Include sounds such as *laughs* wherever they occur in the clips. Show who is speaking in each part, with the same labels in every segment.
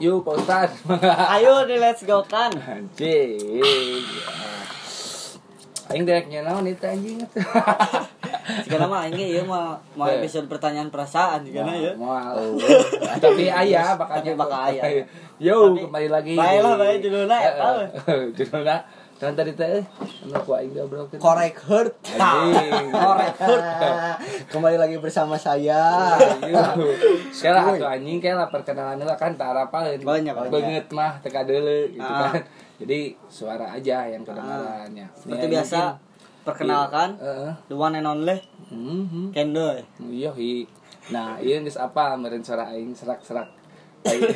Speaker 1: Yuk Pak Ustadz
Speaker 2: Ayo di let's go kan.
Speaker 1: *laughs* Anjing Aing direknya naon itu anjing
Speaker 2: Jika nama aing ieu mah mau
Speaker 1: Eh.
Speaker 2: episode pertanyaan perasaan jika na
Speaker 1: *laughs*
Speaker 2: ya.
Speaker 1: Moal. Tapi ayah
Speaker 2: Tapi
Speaker 1: bakanya
Speaker 2: bakal
Speaker 1: *laughs*
Speaker 2: aya.
Speaker 1: Yo
Speaker 2: Tapi-
Speaker 1: kembali lagi
Speaker 2: Bae
Speaker 1: di-
Speaker 2: lah, bae judulna eta we.
Speaker 1: *laughs* Eh, Judulna Cuman tadi teh Anu ku aing goblok
Speaker 3: korek hurt
Speaker 1: Anjing
Speaker 2: Korek hurt.
Speaker 1: *laughs*
Speaker 3: *laughs* kembali lagi bersama saya
Speaker 1: Sekarang atuh anjing kayak lah perkenalan lah kan tak harapan
Speaker 2: Banyak, banyak.
Speaker 1: banget mah teka dulu gitu
Speaker 2: Ah.
Speaker 1: kan. Jadi suara aja yang kedengarannya.
Speaker 2: Seperti biasa perkenalkan
Speaker 1: Heeh.
Speaker 2: the one and only
Speaker 1: Mhm.
Speaker 2: Kendoy.
Speaker 1: Yohi. Nah, iya geus apa meureun suara aing serak-serak. Aing.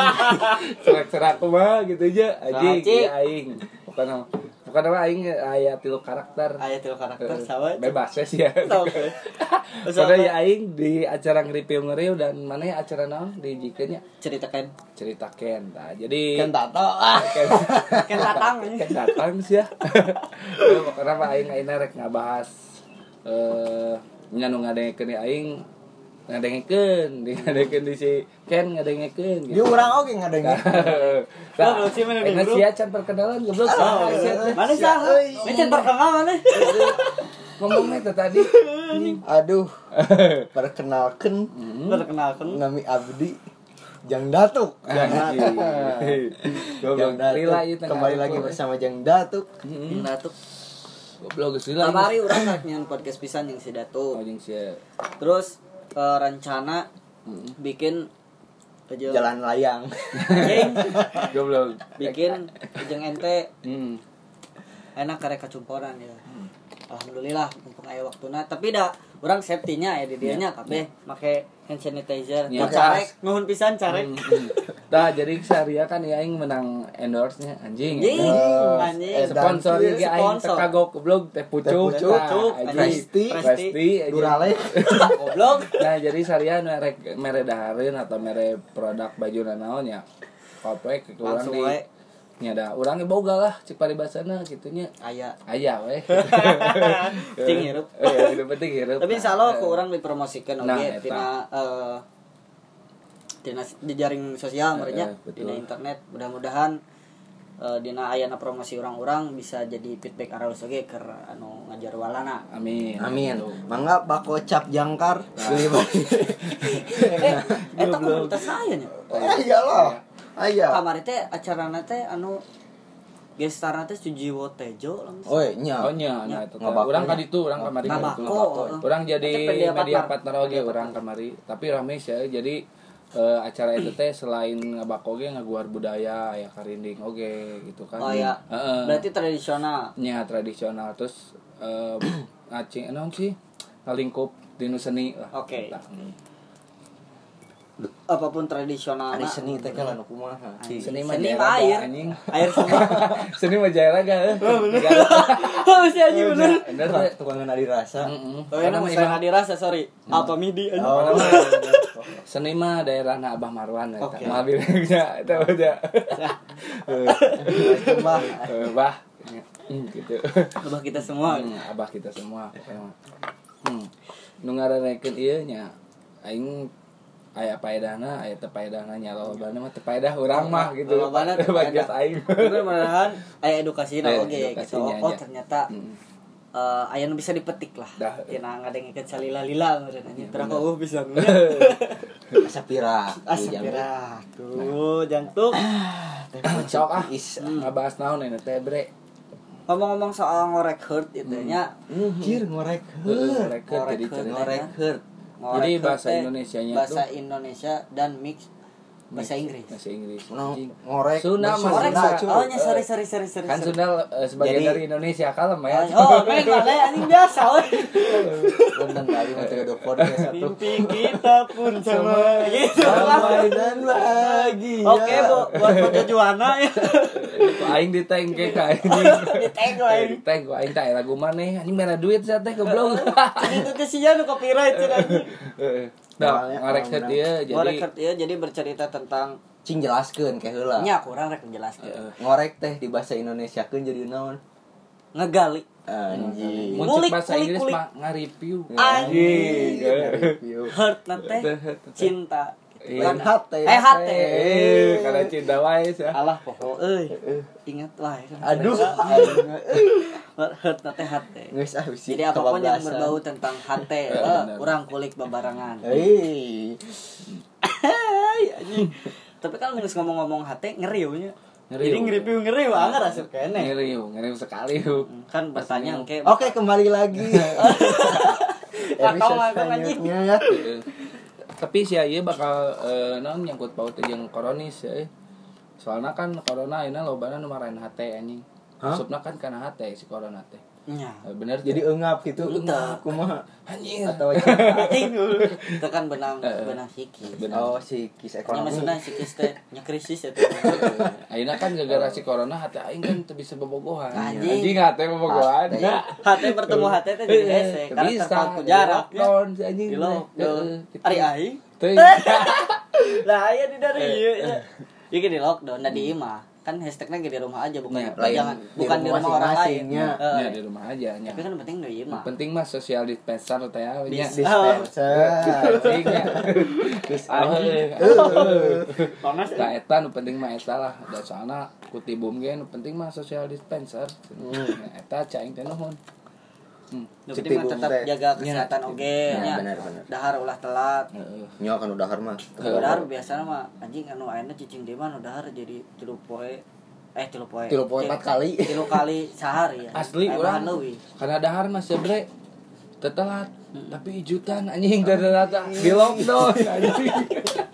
Speaker 1: *laughs* Serak-serak mah gitu aja anjing
Speaker 2: Saracik.
Speaker 1: iya aing. Bukan bukan apa aing aya tilu karakter.
Speaker 2: Aya tilu karakter
Speaker 1: Eh,
Speaker 2: sahabat.
Speaker 1: Bebas ya sih ya.
Speaker 2: Oke.
Speaker 1: Soalnya ya aing di acara nge-review nge-review dan mana ya acara naon di jikeunnya
Speaker 2: Cerita *laughs* Ken.
Speaker 1: cerita Ken. Nah, jadi
Speaker 3: kan tato ah
Speaker 1: Ken
Speaker 2: Ken datang.
Speaker 1: Ken datang *laughs* sih ya. Ya, Pokoknya mah aing aing rek ngabahas eh nya nu ngadengekeun di aing ngadengekeun, di ngadengekeun di si Ken ngadengekeun
Speaker 3: dia
Speaker 1: gitu.
Speaker 3: orang oke nggak ada yang
Speaker 1: Nah,
Speaker 2: Goblok sih, Oh, mana di
Speaker 1: ayeuna
Speaker 2: grup?
Speaker 1: sia can perkenalan goblok.
Speaker 2: Oh,
Speaker 1: Saha sia teh?
Speaker 2: mana sih? Mencet perkenalan mana?
Speaker 1: Ngomongnya teh *laughs* tadi.
Speaker 3: aduh perkenalkan
Speaker 2: Hmm. Perkenalkan.
Speaker 3: nami Abdi Jang Datuk
Speaker 1: Anjing. Goblok.
Speaker 3: Jang Datuk
Speaker 1: Lila ieu tengah
Speaker 3: kembali
Speaker 1: rukun.
Speaker 3: lagi bersama Jang Datuk
Speaker 2: Jeng Hmm. Datuk.
Speaker 1: Goblok geus lila.
Speaker 2: Kamari urang rek nyian podcast pisan yang si Datuk.
Speaker 1: Anjing sia.
Speaker 2: Terus eh, rencana bikin Hmm.
Speaker 3: jalan
Speaker 2: jalan
Speaker 3: layang
Speaker 2: *laughs*
Speaker 1: Goblok.
Speaker 2: bikin jeung ente
Speaker 1: Hmm.
Speaker 2: enak karek kacumporan ya alhamdulillah mumpung aya waktuna tapi da urang safety nya ya di dieu nya kabeh make hand sanitizer
Speaker 1: Iya.
Speaker 2: yeah. carek nuhun pisan carek
Speaker 1: Hmm. Nah, jadi Saria kan ya aing menang endorse-nya anjing.
Speaker 2: Anjing,
Speaker 1: endorse.
Speaker 2: anjing.
Speaker 1: Eh, Sponsor
Speaker 2: Sponsor.
Speaker 1: ge aing kagok goblok teh pucuk.
Speaker 3: Teh pucuk.
Speaker 1: Nah,
Speaker 2: Pucuk,
Speaker 1: anjing.
Speaker 2: Presti.
Speaker 1: Presti. anjing.
Speaker 3: Durale
Speaker 2: goblok
Speaker 1: Nah, jadi Saria merek mere dahareun atau mere produk baju naon ya. Popoe kurang
Speaker 2: Langsung
Speaker 1: di
Speaker 2: wae.
Speaker 1: nya da urang ge boga lah cik paribasana kitunya.
Speaker 2: aya
Speaker 1: Aya we.
Speaker 2: Penting hirup.
Speaker 1: Eh, hirup penting hirup.
Speaker 2: tapi insyaallah ku urang dipromosikeun
Speaker 1: Nah,
Speaker 2: oge
Speaker 1: eta.
Speaker 2: tina eh, tina s- di jaring sosial merenya
Speaker 1: Eh, betul.
Speaker 2: dina internet mudah-mudahan eh, dina ayana promosi orang-orang bisa jadi feedback aralus oge keur anu ngajar walana
Speaker 1: *laughs* Amin.
Speaker 3: amin mangga bako cap jangkar beli beli
Speaker 2: eh eta komunitas saya nya
Speaker 3: ayalah ayah
Speaker 2: kamari teh acarana teh anu gestarna teh Sujiwo Tejo
Speaker 4: Eh.
Speaker 2: langsung
Speaker 3: Oi, nya.
Speaker 1: Oh nya, nah itu teh.
Speaker 3: Ngabako
Speaker 1: Urang
Speaker 3: nya.
Speaker 1: ka ditu, urang kamari ka ditu.
Speaker 2: Ngabako, heeh.
Speaker 1: Urang jadi
Speaker 2: Tapi pendia
Speaker 1: media
Speaker 2: partner.
Speaker 1: partner oge urang kamari. Tapi rame sih ya. Jadi eh, acara itu teh selain ngabako ge ngaguar budaya ya karinding oge gitu kan.
Speaker 2: oh ya
Speaker 1: Heeh.
Speaker 2: berarti tradisional
Speaker 1: Nya tradisional terus eh *clears throat* ngacing naon sih? Ngalingkup dinu seni lah.
Speaker 2: Oke.
Speaker 1: Tah.
Speaker 2: apapun tradisional
Speaker 3: Ari seni teh kan anu kumaha
Speaker 1: Seni mah jaya
Speaker 2: seni
Speaker 1: raga,
Speaker 2: mah air
Speaker 1: anjing.
Speaker 2: air
Speaker 1: *laughs*
Speaker 2: semua
Speaker 1: *laughs* Seni mah jaya raga eh.
Speaker 2: oh si anjing bener
Speaker 1: Bener teh.
Speaker 3: tukangan ari rasa
Speaker 1: Mm-mm.
Speaker 2: oh
Speaker 1: Karena
Speaker 2: enak
Speaker 1: Hmm.
Speaker 2: saya
Speaker 1: imah-
Speaker 2: dirasa sorry apa midi anjing
Speaker 3: Oh. *laughs*
Speaker 1: seni mah daerahna Abah Marwan eta.
Speaker 2: Oke.
Speaker 1: Mah *laughs* bilangnya eta aja.
Speaker 3: Coba
Speaker 1: Eh, bah Hmm, gitu
Speaker 2: Abah kita semua
Speaker 1: Hmm, abah kita semua pokoknya mah. hmm. nu ngararekeun ieu nya aing aya paedahna aya teu paedahna nya lolobana mah teu paedah urang mah gitu
Speaker 2: Lolobana teu
Speaker 1: *laughs*
Speaker 2: paedah.
Speaker 1: Bagian
Speaker 2: *laughs*
Speaker 1: aing
Speaker 2: Tapi mudah-mudahan aya edukasi
Speaker 1: Aya
Speaker 2: oge gitu.
Speaker 1: edukasinya
Speaker 2: Oh
Speaker 1: aja.
Speaker 2: ternyata
Speaker 1: Mm.
Speaker 2: eh aya nu bisa dipetik lah.
Speaker 1: Dah.
Speaker 2: Tina ngadengikeun salila-lila meureun anjing. Terang oh, eueuh pisan.
Speaker 1: *laughs*
Speaker 3: Sapira
Speaker 2: Aspira. Tuh Ah, *coughs* jantung.
Speaker 1: sok ah ngabahas naon ini teh bre
Speaker 2: Ngomong-ngomong soal ngorek hurt itu ya. nya.
Speaker 3: Anjir ngorek
Speaker 1: Heeh,
Speaker 3: heurt.
Speaker 1: mereka jadi
Speaker 2: Mereka,
Speaker 1: cerita.
Speaker 2: mereka.
Speaker 3: Ngorek heurt.
Speaker 2: ngorek
Speaker 1: Jadi
Speaker 2: heurt
Speaker 1: bahasa
Speaker 2: teh,
Speaker 1: Indonesianya
Speaker 2: bahasa
Speaker 1: tuh?
Speaker 2: Indonesia dan mix bahasa Inggris.
Speaker 1: bahasa Inggris
Speaker 3: No,
Speaker 1: anjing.
Speaker 3: ngorek
Speaker 1: Sunda mah
Speaker 2: Ngorek
Speaker 1: Sunda.
Speaker 2: hurt. Oh nya sorry sorry sorry sorry.
Speaker 1: kan
Speaker 2: sorry.
Speaker 1: Sunda eh, sebagai
Speaker 3: Jadi-
Speaker 1: dari Indonesia kalem ya
Speaker 2: Oh, main oleh anjing biasa. weh.
Speaker 3: Bener kali mah tiga dua *laughs* podcast satu.
Speaker 2: Mimpi kita pun sama gitu lah.
Speaker 3: Damai dan bahagia.
Speaker 2: Oke, Bu, buat Bojo Juwana ya. *laughs*
Speaker 1: Ku *laughs* aing ditengke ka anjing
Speaker 2: Ditenggo aing.
Speaker 1: diteng ku Eh, aing teh lagu maneh anjing mana duit sia teh
Speaker 3: *laughs*
Speaker 1: goblok
Speaker 2: Itu teh sia nu copyright cenah.
Speaker 1: Heeh. Nah,
Speaker 3: Awalnya-
Speaker 1: ngarek set
Speaker 3: awalnya.
Speaker 1: dia
Speaker 2: Jadi
Speaker 1: jadi
Speaker 2: ya, jadi bercerita tentang
Speaker 3: Cing jelaskeun ke heula. Eh,
Speaker 2: nya kurang rek menjelaskan.
Speaker 1: Heeh.
Speaker 3: Ngorek teh di bahasa Indonesia keun jadi naon?
Speaker 2: Ngegali.
Speaker 3: Anjing.
Speaker 1: muncul
Speaker 2: Kulik,
Speaker 1: bahasa
Speaker 2: kulik,
Speaker 1: Inggris Eh,
Speaker 2: kulik.
Speaker 1: mah nge-review.
Speaker 2: Anjing.
Speaker 1: Anjing.
Speaker 2: Hurt na teh cinta.
Speaker 3: *laughs* Lain hate.
Speaker 2: Eh, hate.
Speaker 1: eh karena cinta wae ya
Speaker 2: Alah pokok euy. Ingat wae.
Speaker 3: Aduh.
Speaker 2: Hurt nate hate.
Speaker 3: Nggak usah ah, bisi
Speaker 2: Jadi apapun yang
Speaker 3: kebablasan.
Speaker 2: berbau tentang hate,
Speaker 1: Eh,
Speaker 2: eh,
Speaker 1: benar.
Speaker 2: kurang kulik babarangan.
Speaker 4: Eh.
Speaker 3: Hei.
Speaker 2: Hai, anjing. Tapi kalau nggak ngomong-ngomong hate, ngeriunya.
Speaker 1: Ngeriu.
Speaker 2: Jadi ngeriu ngeriu anggar asup kene.
Speaker 1: ngeri yuk, ngeri sekali yuk
Speaker 3: Hmm.
Speaker 2: Kan bertanya engke.
Speaker 3: Oke, kembali *laughs* lagi.
Speaker 2: Kakak mah, kakak anjing.
Speaker 3: selanjutnya ya.
Speaker 1: Eh, tapi si Aye bakal eh, non nyangkut paut jeung koronis ya. Soalnya kan corona ini lobana nu marahin hate anjing.
Speaker 3: Hah?
Speaker 1: Supna kan karena hate si corona teh.
Speaker 2: Nya.
Speaker 1: Eh, Bener
Speaker 3: Jadi
Speaker 1: jadi
Speaker 3: engap gitu.
Speaker 2: Engap. Iya.
Speaker 3: Kumaha?
Speaker 1: anjing
Speaker 3: Atau
Speaker 2: Itu kan benang
Speaker 1: Eh, eh.
Speaker 2: benang sikis.
Speaker 1: bener.
Speaker 3: *laughs* Oh, si kis
Speaker 2: Ya
Speaker 3: ekonomi.
Speaker 2: maksudnya sikis teh nya krisis itu.
Speaker 1: Eh, Ayeuna kan gara-gara si corona hate aing kan teu bisa bobogohan.
Speaker 2: Oh. Anjing.
Speaker 1: Anjing hate bobogohan.
Speaker 3: Pasti.
Speaker 2: iya.
Speaker 1: Nah,
Speaker 2: Hate bertemu hate teh jadi hese
Speaker 1: teu
Speaker 2: karena
Speaker 1: bisa
Speaker 2: terpaku jarak. ya.
Speaker 1: lockdown si anjing.
Speaker 2: Di lockdown.
Speaker 1: Eh, gitu.
Speaker 2: Ari aing.
Speaker 1: Teuing.
Speaker 2: lah ya di dari iya iya Iki di lockdown nah di imah kan hashtagnya gede di rumah aja bukan
Speaker 1: Iya,
Speaker 2: Lah,
Speaker 3: lain.
Speaker 2: jangan
Speaker 3: Di
Speaker 2: bukan di
Speaker 3: rumah
Speaker 2: rumah orang lain
Speaker 3: masing-masing, ya.
Speaker 2: Heeh.
Speaker 1: Ya di rumah aja nya.
Speaker 2: tapi kan iya. penting di imah
Speaker 1: Penting mah social dispenser teh ya. nya.
Speaker 3: Dispenser.
Speaker 1: Penting ya. Terus aing.
Speaker 2: panas
Speaker 1: Nah, eta nu penting mah eta lah. Da soalna ku tibum ge nu penting mah social dispenser. Nah, eta cai teh nuhun. Hmm.
Speaker 2: Yang
Speaker 3: Cik
Speaker 2: penting mah
Speaker 3: Tibung
Speaker 2: tetap
Speaker 3: teh.
Speaker 2: jaga kesehatan oge
Speaker 3: Nah,
Speaker 2: nya.
Speaker 3: benar, benar.
Speaker 2: dahar ulah telat
Speaker 1: Heeh.
Speaker 3: Nyawa kan udah harma.
Speaker 2: dahar biasanya mah anjing anu ayeuna cicing deui mah nu dahar jadi tilu poe eh tilu poe
Speaker 3: Tilu poe
Speaker 2: Tilu-
Speaker 3: empat kali.
Speaker 2: tilu kali sehari ya
Speaker 1: Asli
Speaker 2: Aya
Speaker 1: urang
Speaker 2: bahan leuwih
Speaker 1: karena dahar mah sebre tetelat
Speaker 2: Hmm.
Speaker 1: tapi ijutan anjing ternyata di lockdown anjing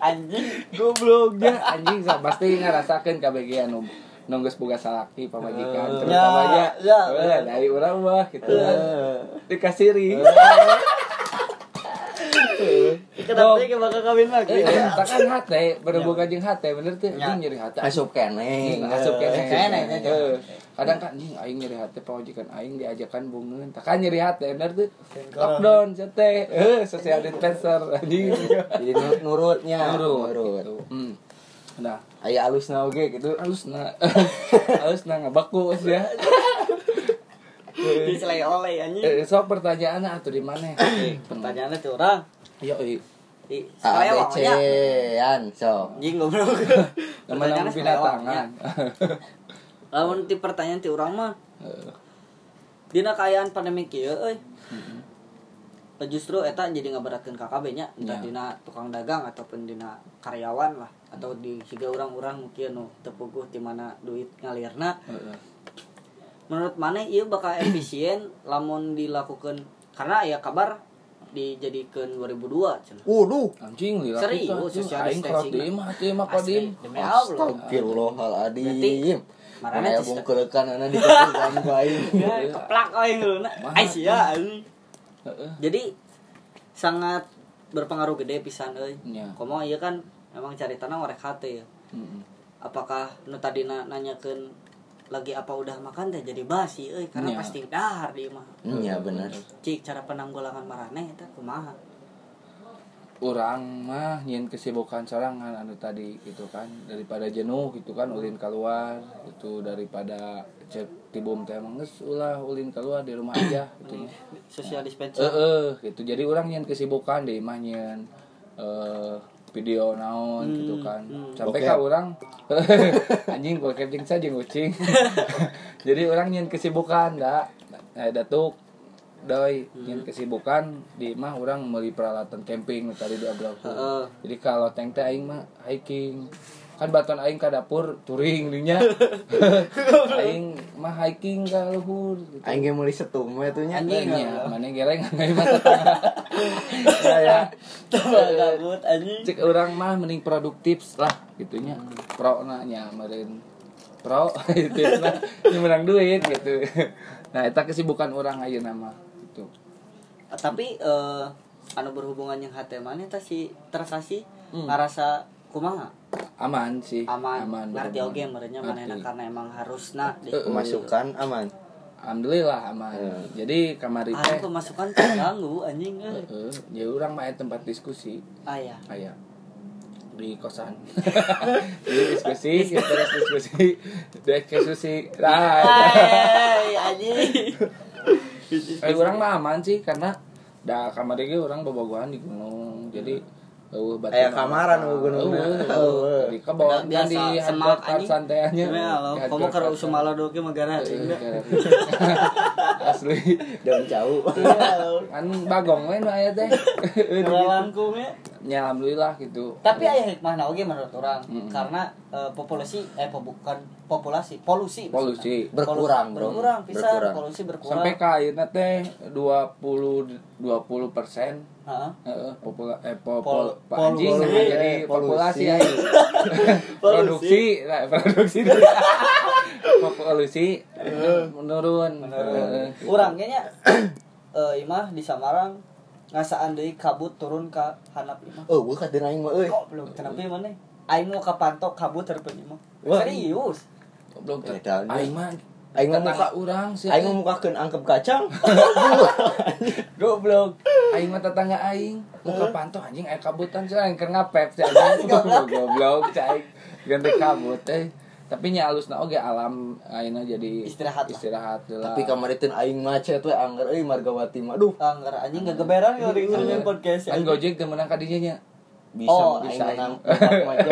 Speaker 2: anjing
Speaker 1: goblognya anjing sa- pasti ngarasakeun kabeh ge anu nunggus boga salaki pamajikan terutamanya
Speaker 2: Eh. ya.
Speaker 1: eh,
Speaker 2: Eh.
Speaker 1: dari urang mah gitu dikasiri
Speaker 2: kenapa ge bakal Iya, kawin lagi
Speaker 1: Eh, tak kan hate, berboga jeung hate bener teh. Anjing nyeri hate.
Speaker 3: Asup kene.
Speaker 1: Asup
Speaker 2: *laughs*
Speaker 1: ke
Speaker 3: Eh,
Speaker 1: nenek. Heeh. Kadang kan anjing aing nyeri hati pawajikan aing diajakan bungeun. Tak kan nyeri hati bener tuh. Lockdown cenah teh. Heuh, social dispenser anjing.
Speaker 3: Jadi nu- nurutnya.
Speaker 1: Nurut. gitu. Hmm. Nah,
Speaker 3: Aya alusna oge gitu.
Speaker 2: *laughs*
Speaker 1: halusna halusna ngabaku ya.
Speaker 3: Eh.
Speaker 2: di selai oleh anjing
Speaker 1: Eh, sok pertanyaan atuh di mana?
Speaker 2: pertanyaannya tuh orang
Speaker 1: Yo, eh.
Speaker 2: di
Speaker 3: A B
Speaker 2: selewang
Speaker 3: C
Speaker 2: nya
Speaker 3: an so. *laughs*
Speaker 2: anjing goblok
Speaker 1: Teman-teman
Speaker 2: Pertanyaannya selewang, nya.
Speaker 1: binatangan.
Speaker 2: lamun ti pertanyaan ti urang mah
Speaker 3: Eh.
Speaker 1: Heeh.
Speaker 2: dina kaayaan pandemi kieu euy Eh, justru eta jadi ngaberatkeun ka KB nya
Speaker 1: Ya.
Speaker 2: entah dina tukang dagang ataupun dina karyawan lah atau di siga urang-urang mungkin nu teu puguh di mana duit ngalirna
Speaker 1: *laughs* Heeh.
Speaker 2: menurut mana ieu bakal efisien lamun dilakukan karena ya kabar dijadikan 2002 cenah
Speaker 3: Wuduh.
Speaker 1: Anjing lila
Speaker 2: Serius,
Speaker 1: kita, anjing.
Speaker 2: social
Speaker 1: aing
Speaker 2: oh, distancing.
Speaker 1: kodim, hati mah kodim.
Speaker 2: Asli, demi Ya Allah Berarti,
Speaker 3: Astagfirullahaladzim.
Speaker 2: marana
Speaker 3: Marana
Speaker 2: tis-
Speaker 3: bungkelekan ana di kuburan ku aing.
Speaker 2: *laughs* Ya, keplak aing luna.
Speaker 1: Mahal.
Speaker 2: Ai sia anjing.
Speaker 1: Heeh.
Speaker 2: Jadi sangat berpengaruh gede pisan euy.
Speaker 1: Nya.
Speaker 2: Komo ieu kan emang caritana ngorek hate ya.
Speaker 1: Mm-mm.
Speaker 2: Apakah nu tadi na- nanyakeun lagi apa udah makan teh jadi basi euy
Speaker 1: Nya.
Speaker 2: karena pasti dahar di mah.
Speaker 3: Iya benar.
Speaker 2: Cik cara penanggulangan maraneh eta kumaha?
Speaker 1: orang mah nyin kesibukan sorangan anu tadi gitu kan daripada jenuh gitu kan ulin keluar itu daripada cek tibum teh emang geus ulah ulin keluar di rumah aja gitu nya.
Speaker 2: Iya. Social dispensing.
Speaker 1: Eh, eh, gitu jadi orang nyin kesibukan di imah nyin eh, video naon gitu kan sampai
Speaker 3: Bokep.
Speaker 1: ka orang *laughs* anjing gua capting saja kucing jadi orang nyin kesibukan da eh datuk doi nyin kesibukan di imah orang beli peralatan camping tadi dua belas
Speaker 2: Heeh.
Speaker 1: jadi kalau tank teh aing mah hiking kan baton aing ke dapur touring dinya aing mah hiking ka luhur gitu
Speaker 3: Aing ge meuli setum we tuh nya.
Speaker 1: anjingnya mana gereng nggak mata
Speaker 2: *laughs*
Speaker 1: tengah saya
Speaker 2: Gabut anjing.
Speaker 1: cek orang mah mending produktif lah gitunya pro nanya meren pro *laughs* itu nah ini menang duit gitu nah itu kesibukan orang aja nama gitu
Speaker 2: tapi eh, anu berhubungan yang hate mana eta si terkasih ngarasa kumaha?
Speaker 1: aman sih
Speaker 2: aman, ngerti
Speaker 1: aman.
Speaker 2: oke merenya mana
Speaker 1: Ngerti.
Speaker 2: karena emang harusna di
Speaker 3: Pemasukan aman.
Speaker 1: alhamdulillah aman jadi kamar itu
Speaker 2: Aing pemasukan ah, terganggu anjing eh. Ah, euy.
Speaker 1: ya orang mah aya tempat diskusi
Speaker 2: Ayah.
Speaker 1: kayak Oh, iya. di kosan *laughs* di diskusi kita terus diskusi dek diskusi
Speaker 2: Ah.
Speaker 1: nah
Speaker 2: Hai anjing.
Speaker 1: eh, orang mah aman sih karena da kamar ge orang bobogohan di gunung jadi
Speaker 2: Hmm.
Speaker 1: Eueuh batu
Speaker 3: Aya
Speaker 1: nama.
Speaker 3: kamaran we gunungna.
Speaker 1: Eueuh. Di kebon kan
Speaker 2: Biasa,
Speaker 1: di
Speaker 2: semak,
Speaker 1: hancurkan
Speaker 2: anjing.
Speaker 1: santeanya.
Speaker 2: Gimana, lo? Kamu ke usum ala doke mah gara
Speaker 1: eh,
Speaker 2: cing da.
Speaker 1: *laughs* Asli.
Speaker 3: Daun jauh.
Speaker 2: Iya,
Speaker 1: Kan bagong we nu aya teh. *laughs* eh,
Speaker 2: Ngelalangkung ya.
Speaker 1: Ya alhamdulillah gitu.
Speaker 2: Tapi aya hikmahna oge menurut orang
Speaker 1: Mm-mm.
Speaker 2: karena eh, populasi eh po- bukan populasi, polusi. maksudnya.
Speaker 1: polusi.
Speaker 3: Berkurang, bro.
Speaker 2: Berkurang pisan,
Speaker 3: Berkurang.
Speaker 2: polusi berkurang.
Speaker 1: Sampai ka ayeuna teh 20 20 persen
Speaker 2: Heeh.
Speaker 1: Heeh, popula eh
Speaker 2: Pol-
Speaker 1: popol Pak
Speaker 2: pol-
Speaker 1: anjing
Speaker 2: polusi.
Speaker 1: nah, jadi
Speaker 3: Eh,
Speaker 1: populasi
Speaker 3: polusi.
Speaker 1: ya.
Speaker 3: *laughs*
Speaker 1: produksi, nah, produksi *laughs* dulu. populasi menurun. Heeh.
Speaker 2: Urang kayaknya *coughs* eh, imah di Samarang ngasaan deui kabut turun ka hanap imah.
Speaker 3: Oh, buka di aing mah euy.
Speaker 2: Kok belum kenapa mana? Aing mau kapantok kabut terpeun imah.
Speaker 3: Wah.
Speaker 2: Serius.
Speaker 1: Belum ter-
Speaker 3: Edan.
Speaker 1: Aing mah
Speaker 3: Aing mah muka
Speaker 1: tetangga urang sih.
Speaker 3: Aing ngemukakeun angkep kacang.
Speaker 1: goblok. *clears throat* Aing mah tetangga aing. Muka pantau anjing aya kabutan sih aing keur ngapet sih anjing. Goblok sih aing. Ganti kabut teh. Tapi nya alusna oge alam ayeuna jadi
Speaker 2: Istirahat lah.
Speaker 1: Istirahat lah.
Speaker 3: Tapi kamaritin aing macet we anggar euy margawati mah duh.
Speaker 2: Angger anjing gegeberan ya di
Speaker 1: Kan-
Speaker 2: podcast.
Speaker 1: Kan
Speaker 2: anjing.
Speaker 1: Gojek teu meunang ka dinya nya.
Speaker 3: Bisa
Speaker 2: Oh,
Speaker 3: mah aing
Speaker 1: bisa, aing.
Speaker 3: menang 4 macam.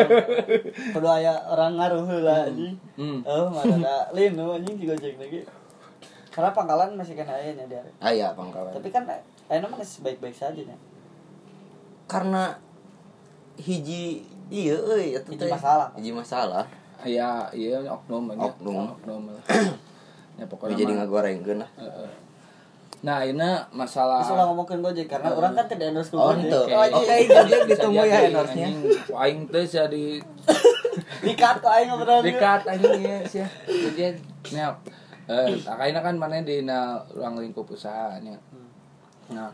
Speaker 2: Kudu aya orang ngaruh heula anjing.
Speaker 1: Hmm.
Speaker 2: Oh, mana linu anjing si Gojek lagi. Karena pangkalan masih kena aya nya dia.
Speaker 3: Aya pangkalan.
Speaker 2: Tapi kan aya mah geus baik-baik saja nya.
Speaker 3: karena hiji iya euy eta
Speaker 2: Hiji
Speaker 3: teh.
Speaker 2: masalah.
Speaker 3: Hiji masalah.
Speaker 1: Ya, iya oknum aja.
Speaker 3: Oknum.
Speaker 1: Oknum.
Speaker 3: *clears throat*
Speaker 1: lah. ya pokoknya.
Speaker 3: Gue jadi
Speaker 1: mah.
Speaker 3: ngagorengkeun lah.
Speaker 1: Heeh. Nah, ini masalah
Speaker 2: Terus ulah ngomongkeun Gojek karena orang kan tidak endorse ku
Speaker 3: Oh,
Speaker 2: Gojek.
Speaker 3: henteu.
Speaker 2: anjing.
Speaker 3: Oke, Gojek ditunggu ya endorse-nya.
Speaker 1: endorse Aing teh sia di
Speaker 2: Dikat kok aing ngobrol.
Speaker 1: dekat anjing ya sia. Jadi nya eh akhirnya kan mana di na ruang lingkup usahanya.
Speaker 2: Hmm.
Speaker 1: Nah,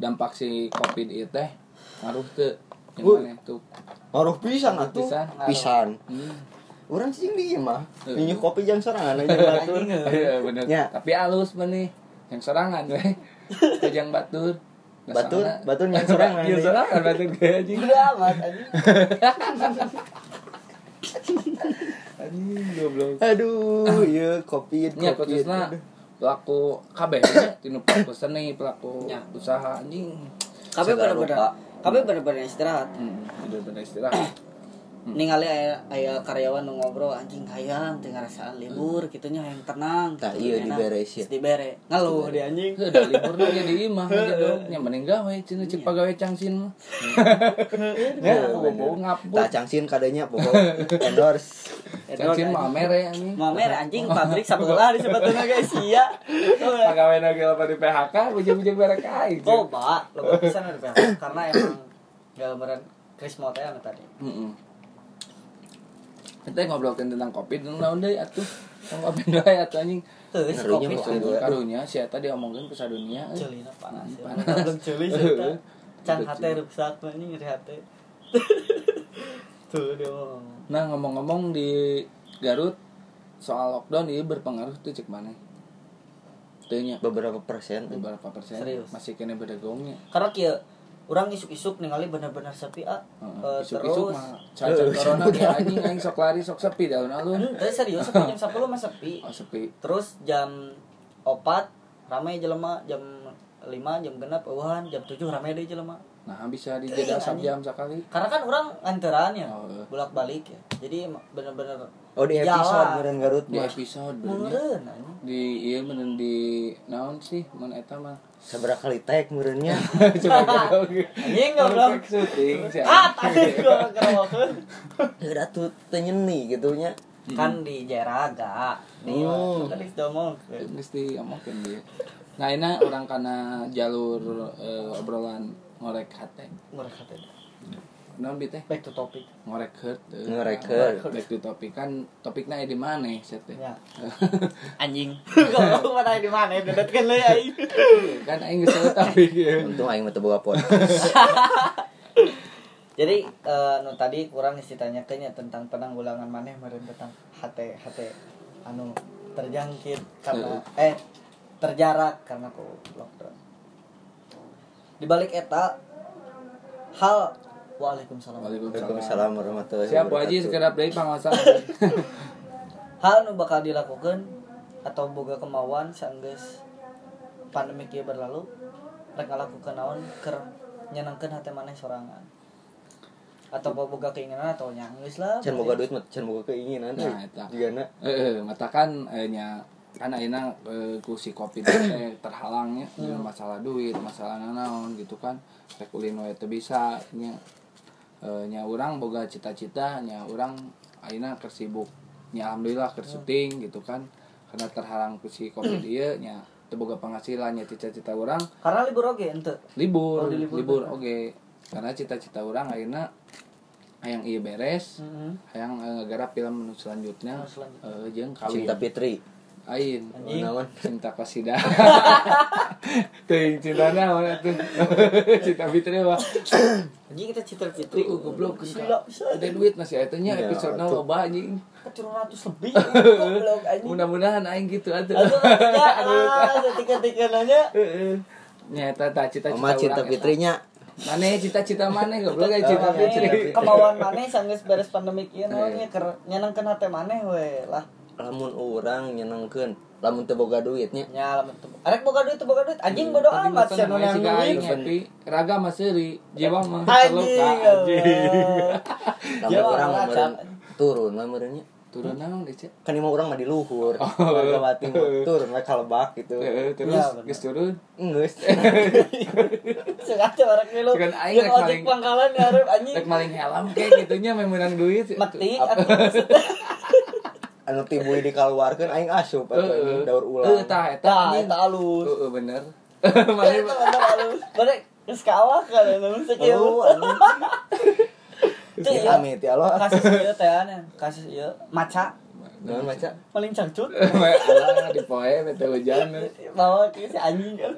Speaker 1: dampak si Covid ieu teh ngaruh teu yang
Speaker 3: Wuh.
Speaker 1: mana tuh.
Speaker 3: Ngaruh pisan atuh.
Speaker 1: Pisan.
Speaker 3: Pisan.
Speaker 1: Hmm.
Speaker 3: Urang cing di ieu mah.
Speaker 1: Heeh.
Speaker 3: Minyu kopi jang sorangan aja batur.
Speaker 2: Anjing, eh.
Speaker 1: Iya bener.
Speaker 3: Ya.
Speaker 1: Tapi alus mana yang serangan *laughs* weh. Kejang batur.
Speaker 3: Batur,
Speaker 1: Dasarna- *laughs*
Speaker 3: batur yang sorangan.
Speaker 1: Iya serangan batur kayak anjing.
Speaker 2: Gede amat anjing.
Speaker 1: Anjing goblok.
Speaker 3: Aduh, iya kopi,
Speaker 1: Nya
Speaker 3: kopi.
Speaker 1: khususnya pelaku kabeh nya, tinu pelaku seni, pelaku
Speaker 2: Ya.
Speaker 1: usaha anjing.
Speaker 2: Kabeh
Speaker 3: Saudara lupa.
Speaker 2: bener-bener. Kabeh bener-bener istirahat.
Speaker 1: Hmm, bener-bener istirahat.
Speaker 2: Hmm. ningali aya aya karyawan nu ngobrol anjing hayang teu ngarasaan libur kitunya hayang tenang
Speaker 3: Tah,
Speaker 2: kitu,
Speaker 3: iya,
Speaker 2: enak.
Speaker 3: diberes ya.
Speaker 2: Terus dibere ngeluh dia anjing
Speaker 1: Heuh, da libur na jadi imah aja dong. Nya mending gawe cenah cek pagawe cangsin mah. Ya, Nya bobo
Speaker 3: Tak
Speaker 1: ngapuk.
Speaker 3: cangsin kadenya
Speaker 1: *laughs*
Speaker 3: pokok endorse.
Speaker 2: eh,
Speaker 1: Cangsin mah mere anjing.
Speaker 2: Mamer anjing pabrik sebelah di sebetulnya guys iya
Speaker 1: Pagawe nage apa di PHK, ujung-ujung barek aing.
Speaker 2: coba lo pisan ada PHK karena emang gambaran Chris Motaya anu tadi
Speaker 1: Heeh. Kita ngobrokin tentang kopi dan naon deui atuh. Tong kopi deui ya, atuh anjing.
Speaker 2: terus
Speaker 3: Ngerunya
Speaker 2: kopi
Speaker 3: bukan
Speaker 2: anjing.
Speaker 3: gua.
Speaker 1: Karunya si eta diomongkeun ke sadunia. eh.
Speaker 2: Celina panas ya.
Speaker 1: Panas.
Speaker 2: Belum celi sih eta. Can
Speaker 1: Betul.
Speaker 2: hate rusak mah, anjing nyeri hate. *laughs* Tuh dia ngomong.
Speaker 1: Nah, ngomong-ngomong di Garut soal lockdown ini berpengaruh tuh cek mana? Tanya
Speaker 3: Beberapa persen.
Speaker 1: beberapa persen
Speaker 2: Serius?
Speaker 1: masih kena beda gongnya.
Speaker 2: Karena kia orang isuk-isuk ningali bener-bener sepi ah. Eh,
Speaker 1: Isuk
Speaker 2: terus
Speaker 1: -isuk mah cacat *laughs* corona kayak eh, anjing anjing sok lari sok sepi daun alun.
Speaker 2: Tapi eh, serius sampai jam 10 mah sepi.
Speaker 1: Oh sepi.
Speaker 2: Terus jam 4 ramai jelema, jam 5 jam genap eueuhan, jam 7 ramai deui jelema.
Speaker 1: Nah, bisa dijeda
Speaker 2: Teuing,
Speaker 1: jam sekali.
Speaker 2: Karena kan orang nganteran ya,
Speaker 1: Oh, iya.
Speaker 2: bolak-balik ya. Jadi em- bener-bener
Speaker 3: Oh di
Speaker 2: jalan.
Speaker 3: episode meureun Garut
Speaker 1: Di
Speaker 3: mah.
Speaker 1: episode bener.
Speaker 2: Meureun anjing.
Speaker 1: di iya menen di naon sih mun eta *laughs* mah.
Speaker 3: Sabra kali tag
Speaker 1: *laughs*
Speaker 3: meureunnya.
Speaker 1: Coba goblok.
Speaker 2: Anjing goblok.
Speaker 1: Perfect Syuting. si
Speaker 2: Ah,
Speaker 1: anjing.
Speaker 2: tadi gua kerowokeun.
Speaker 3: Heura tuh teu nyeni gitu nya.
Speaker 2: Kan di Jeraga. Nih,
Speaker 3: Hmm.
Speaker 2: tadi sudah ngomong.
Speaker 1: mesti ngomongin dia nah ini orang karena jalur eh, obrolan ngorek eh. hati
Speaker 2: Ngurek hati dah.
Speaker 1: nabi teh
Speaker 2: Back to topic.
Speaker 1: eh? ngorek eh. hati
Speaker 3: Ngorek heut.
Speaker 1: back to topik kan topiknya di mana eh? set teh
Speaker 2: Ya. Anjing. *laughs* Kalau mana di mana dedet kan leuy aing.
Speaker 1: *laughs* kan aing geus tahu topik ya
Speaker 3: Untung aing mah teu boga pot.
Speaker 2: Jadi eh, nu tadi kurang isi tanyakannya tentang penanggulangan maneh meureun tentang hate hate anu terjangkit karena eh terjarak karena ku lockdown. Di balik eta hal Waalaikumsalam.
Speaker 1: Waalaikumsalam
Speaker 3: Waalaikumsalam warahmatullahi
Speaker 1: siap Bu Haji
Speaker 3: wabarakatuh.
Speaker 1: sekedap dari pengawasan
Speaker 2: Hal nu bakal dilakukan atau boga kemauan saenggeus pandemi kieu berlalu rek ngalakukeun naon keur nyenengkeun hate maneh sorangan. atau boga keinginan atau nyangis lah
Speaker 4: Can boga duit mah can boga keinginan.
Speaker 1: Nah,
Speaker 4: eh.
Speaker 1: eta.
Speaker 4: Jigana
Speaker 1: Eh, eh, mata kan eh, nya kan ayeuna eh, ku si covid teh terhalangnya dengan masalah duit, masalah nanaon gitu kan. Rek ulin we teu bisa nya Eh, nya urang boga cita-cita, nya urang ayeuna keur sibuk. Nya alhamdulillah keur syuting gitu kan. Karena terhalang ku si covid ieu nya teu boga penghasilan nya cita-cita urang
Speaker 2: karena libur oke ente
Speaker 1: libur,
Speaker 2: Oh, di
Speaker 1: libur,
Speaker 2: libur.
Speaker 1: oke. Karena cita-cita orang akhirnya yang iya
Speaker 2: Hmm.
Speaker 1: beres, yang gara film menu selanjutnya,
Speaker 2: Menu selanjutnya.
Speaker 1: eh, jeung kawin.
Speaker 4: Cinta Fitri.
Speaker 1: Ain,
Speaker 2: Anjing.
Speaker 4: Naon?
Speaker 1: cinta kasida. *laughs* Tuh cinta naon tuh. *laughs* cinta fitri *coughs* mah.
Speaker 2: jadi kita cita
Speaker 1: Fitri
Speaker 2: fitri
Speaker 1: ku goblok
Speaker 2: gila bisa
Speaker 1: Ada duit masih eta nya
Speaker 4: Ya,
Speaker 1: episode na
Speaker 4: atuh.
Speaker 1: loba anjing.
Speaker 2: keturunan ratus *laughs* lebih goblok anjing
Speaker 1: Mudah-mudahan aing gitu atuh. *laughs*
Speaker 2: aduh ya tiga tiga nanya
Speaker 1: Heeh. Nya eta tah cita-cita.
Speaker 4: Oma cinta
Speaker 1: urang, eta.
Speaker 4: Fitrinya.
Speaker 1: Mana cita-cita mana goblok aya cinta
Speaker 2: Maneh,
Speaker 1: fitri.
Speaker 2: kemauan maneh sanggeus beres pandemik ieu naonnya keur nyenengkeun hate maneh we lah
Speaker 4: Lamun orang nyenengkeun, lamun teu boga duitnya.
Speaker 2: nya lamun teu arek boga duit teu boga duit anjing bodo
Speaker 1: Tadi
Speaker 2: amat
Speaker 1: maksudnya
Speaker 2: sia
Speaker 1: namanya si
Speaker 2: nunang
Speaker 1: Gaing,
Speaker 2: duit
Speaker 1: tapi raga mah seuri, jiwa mah terluka.
Speaker 2: anjing
Speaker 4: Lamun
Speaker 2: Ya,
Speaker 4: orang
Speaker 2: orang
Speaker 4: meureun
Speaker 2: acap.
Speaker 4: turun mah meureunnya.
Speaker 1: Turun naon deh, Cek?
Speaker 4: Kan imah urang mah di luhur.
Speaker 1: Oh.
Speaker 4: Warga Bati mah
Speaker 1: *laughs*
Speaker 4: turun mah kalebak gitu.
Speaker 1: Heeh,
Speaker 2: Ya,
Speaker 1: terus
Speaker 2: benar.
Speaker 1: geus turun. *laughs*
Speaker 4: Ngeus.
Speaker 2: sengaja orang milu
Speaker 1: Kan aing
Speaker 2: jeung
Speaker 1: rek
Speaker 2: ojek
Speaker 1: maling.
Speaker 2: pangkalan ngarep anjing
Speaker 1: Rek maling helm kayak gitunya memenang duit.
Speaker 2: mati atuh maksudnya.
Speaker 4: Anu timbul dikaluarkeun aing asup
Speaker 1: Eh,
Speaker 4: atuh anjing, daur
Speaker 1: Heeh,
Speaker 4: ulang.
Speaker 1: tah eta
Speaker 2: tah
Speaker 1: anjing.
Speaker 2: eta alus
Speaker 1: Heeh, bener. *laughs*
Speaker 2: *laughs* Eta
Speaker 1: Mana
Speaker 2: mantap alus bare geus ka awak kan namun
Speaker 4: Oh,
Speaker 2: sakieu *laughs*
Speaker 4: anjing.
Speaker 2: Cek,
Speaker 4: Ya,
Speaker 2: ya.
Speaker 4: Amit ya Allah.
Speaker 2: kasus ieu teh aneh kasus ieu maca
Speaker 4: Naon maca?
Speaker 2: paling cangcut
Speaker 1: Alah, di poe bete hujan.
Speaker 2: bawa ke si anjing kan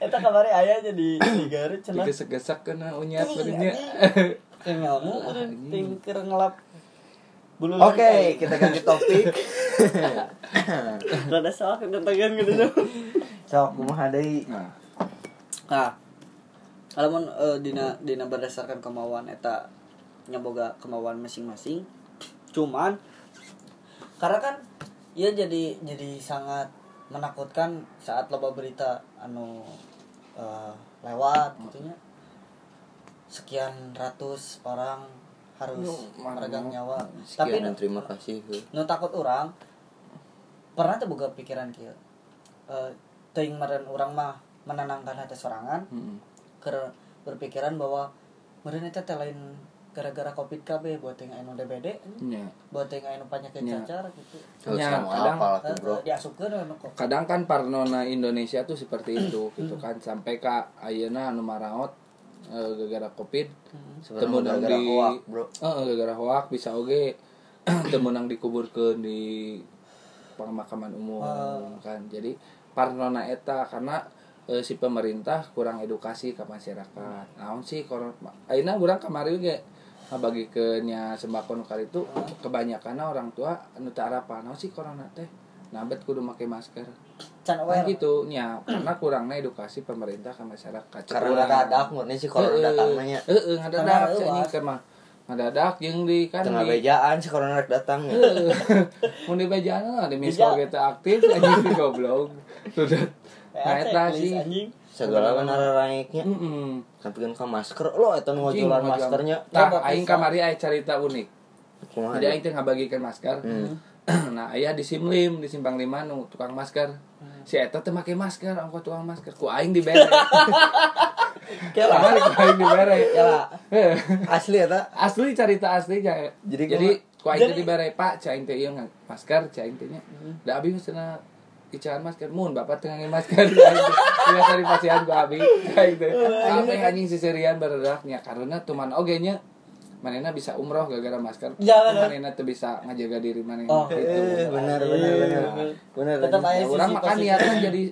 Speaker 2: eta kabarnya ayah jadi di Garut cenah
Speaker 1: Digesek-gesek kena unyat
Speaker 2: Ih,
Speaker 1: beureunnya.
Speaker 2: Teu ngelmu udah tingkir ngelap bulu
Speaker 4: Oke, kita ganti
Speaker 1: *laughs*
Speaker 4: topik.
Speaker 2: *laughs* rada salah kegentengan gitu tuh
Speaker 3: Sok kumaha deui?
Speaker 1: Nah,
Speaker 2: nah alamun eh, dina dina berdasarkan kemauan eta nyaboga kemauan masing-masing cuman karena kan ia jadi jadi sangat menakutkan saat loba berita anu eh, lewat gitunya sekian ratus orang harus
Speaker 1: Nu, mana
Speaker 2: meregang
Speaker 1: mau.
Speaker 2: nyawa tapi
Speaker 4: Tapi
Speaker 2: nu,
Speaker 4: terima kasih.
Speaker 2: nu takut orang pernah tuh boga pikiran kieu Eh, teuing meren orang mah menenangkan hati sorangan
Speaker 1: heeh.
Speaker 2: keur berpikiran bahwa meureun eta teh lain gara-gara covid KB buat yang anu DBD
Speaker 1: Nya.
Speaker 2: buat yang anu penyakit
Speaker 1: Nya.
Speaker 2: cacar gitu
Speaker 4: Terus
Speaker 1: Ya,
Speaker 4: kamu
Speaker 1: kadang-
Speaker 4: hafal tuh, Bro.
Speaker 2: Eh, diasupkeun anu kok
Speaker 1: kadang kan parnona Indonesia tuh seperti itu gitu kan sampai ka ayeuna anu maraot eh, gara-gara covid
Speaker 4: Sebenarnya
Speaker 1: temenang
Speaker 4: gara-gara
Speaker 1: di
Speaker 4: hoak, bro.
Speaker 1: Eh, gara-gara hoak bisa oge *clears throat* temenang dikuburkan di pemakaman umum
Speaker 4: Ah.
Speaker 1: kan jadi parnona eta karena eh, si pemerintah kurang edukasi ke masyarakat naon sih koron ayeuna urang kamari ge bagi kenya sembako nu kali itu kebanyakan orang tua anu teu harapan naon sih corona teh nabet kudu make masker
Speaker 2: can
Speaker 1: Kan
Speaker 2: aware
Speaker 1: gitu nya karena kurangnya edukasi pemerintah ke masyarakat
Speaker 4: Karena dadak murni sih
Speaker 1: Eh,
Speaker 4: corona datang nanya.
Speaker 1: heeh ngadadak
Speaker 2: Karena
Speaker 1: si anjing
Speaker 2: euas.
Speaker 1: teh mah ngadadak jeung di kan
Speaker 4: Tengah
Speaker 1: di Eh.
Speaker 4: bejaan si corona rek datang ya.
Speaker 1: Heeh. *laughs* mun di bejana di miso
Speaker 2: Beja.
Speaker 1: ge teu aktif anjing goblok sudah nah
Speaker 2: Eh,
Speaker 1: eta
Speaker 2: please,
Speaker 1: sih
Speaker 2: anjing
Speaker 4: Segala nara raiknya.
Speaker 1: heeh
Speaker 4: Tapi kan ka masker lo eta nu
Speaker 1: Anjing,
Speaker 4: ngajulan
Speaker 1: ngajulan.
Speaker 4: maskernya.
Speaker 1: Tah,
Speaker 2: Loba
Speaker 1: aing
Speaker 2: pisan.
Speaker 1: kamari aya carita unik.
Speaker 4: Kumaha?
Speaker 1: Jadi aing teh ngabagikan masker. *clears throat* nah, aya di Simlim, di Simpang Lima nu tukang masker. Si eta teh make masker, angkot tukang masker. Ku aing
Speaker 2: *laughs*
Speaker 1: dibere. Kamari ku aing dibere.
Speaker 4: Ya asli eta.
Speaker 1: asli carita asli ya.
Speaker 4: Jadi
Speaker 1: Jadi jadi
Speaker 4: kumaha?
Speaker 1: ku aing teh
Speaker 2: Jadi- Hmm.
Speaker 1: dibere, Pak, ca aing teh ieu ngan- masker, ca aing teh nya. Da abi cenah icaran masker mun bapak tengah nge masker *laughs* ya dari pasian gua abi kayak
Speaker 2: Oh,
Speaker 1: gitu sampai anjing sisirian beredaknya karena tuman oge nya manena bisa umroh gara-gara masker
Speaker 2: Jangan.
Speaker 1: manena tuh bisa ngajaga diri manena
Speaker 2: Oh,
Speaker 4: Eh,
Speaker 1: gitu
Speaker 4: benar benar benar. Benar.
Speaker 2: Tetep aya
Speaker 4: anjing.
Speaker 1: Nah,
Speaker 2: sisi
Speaker 1: orang makan
Speaker 2: positif.
Speaker 1: niatnya jadi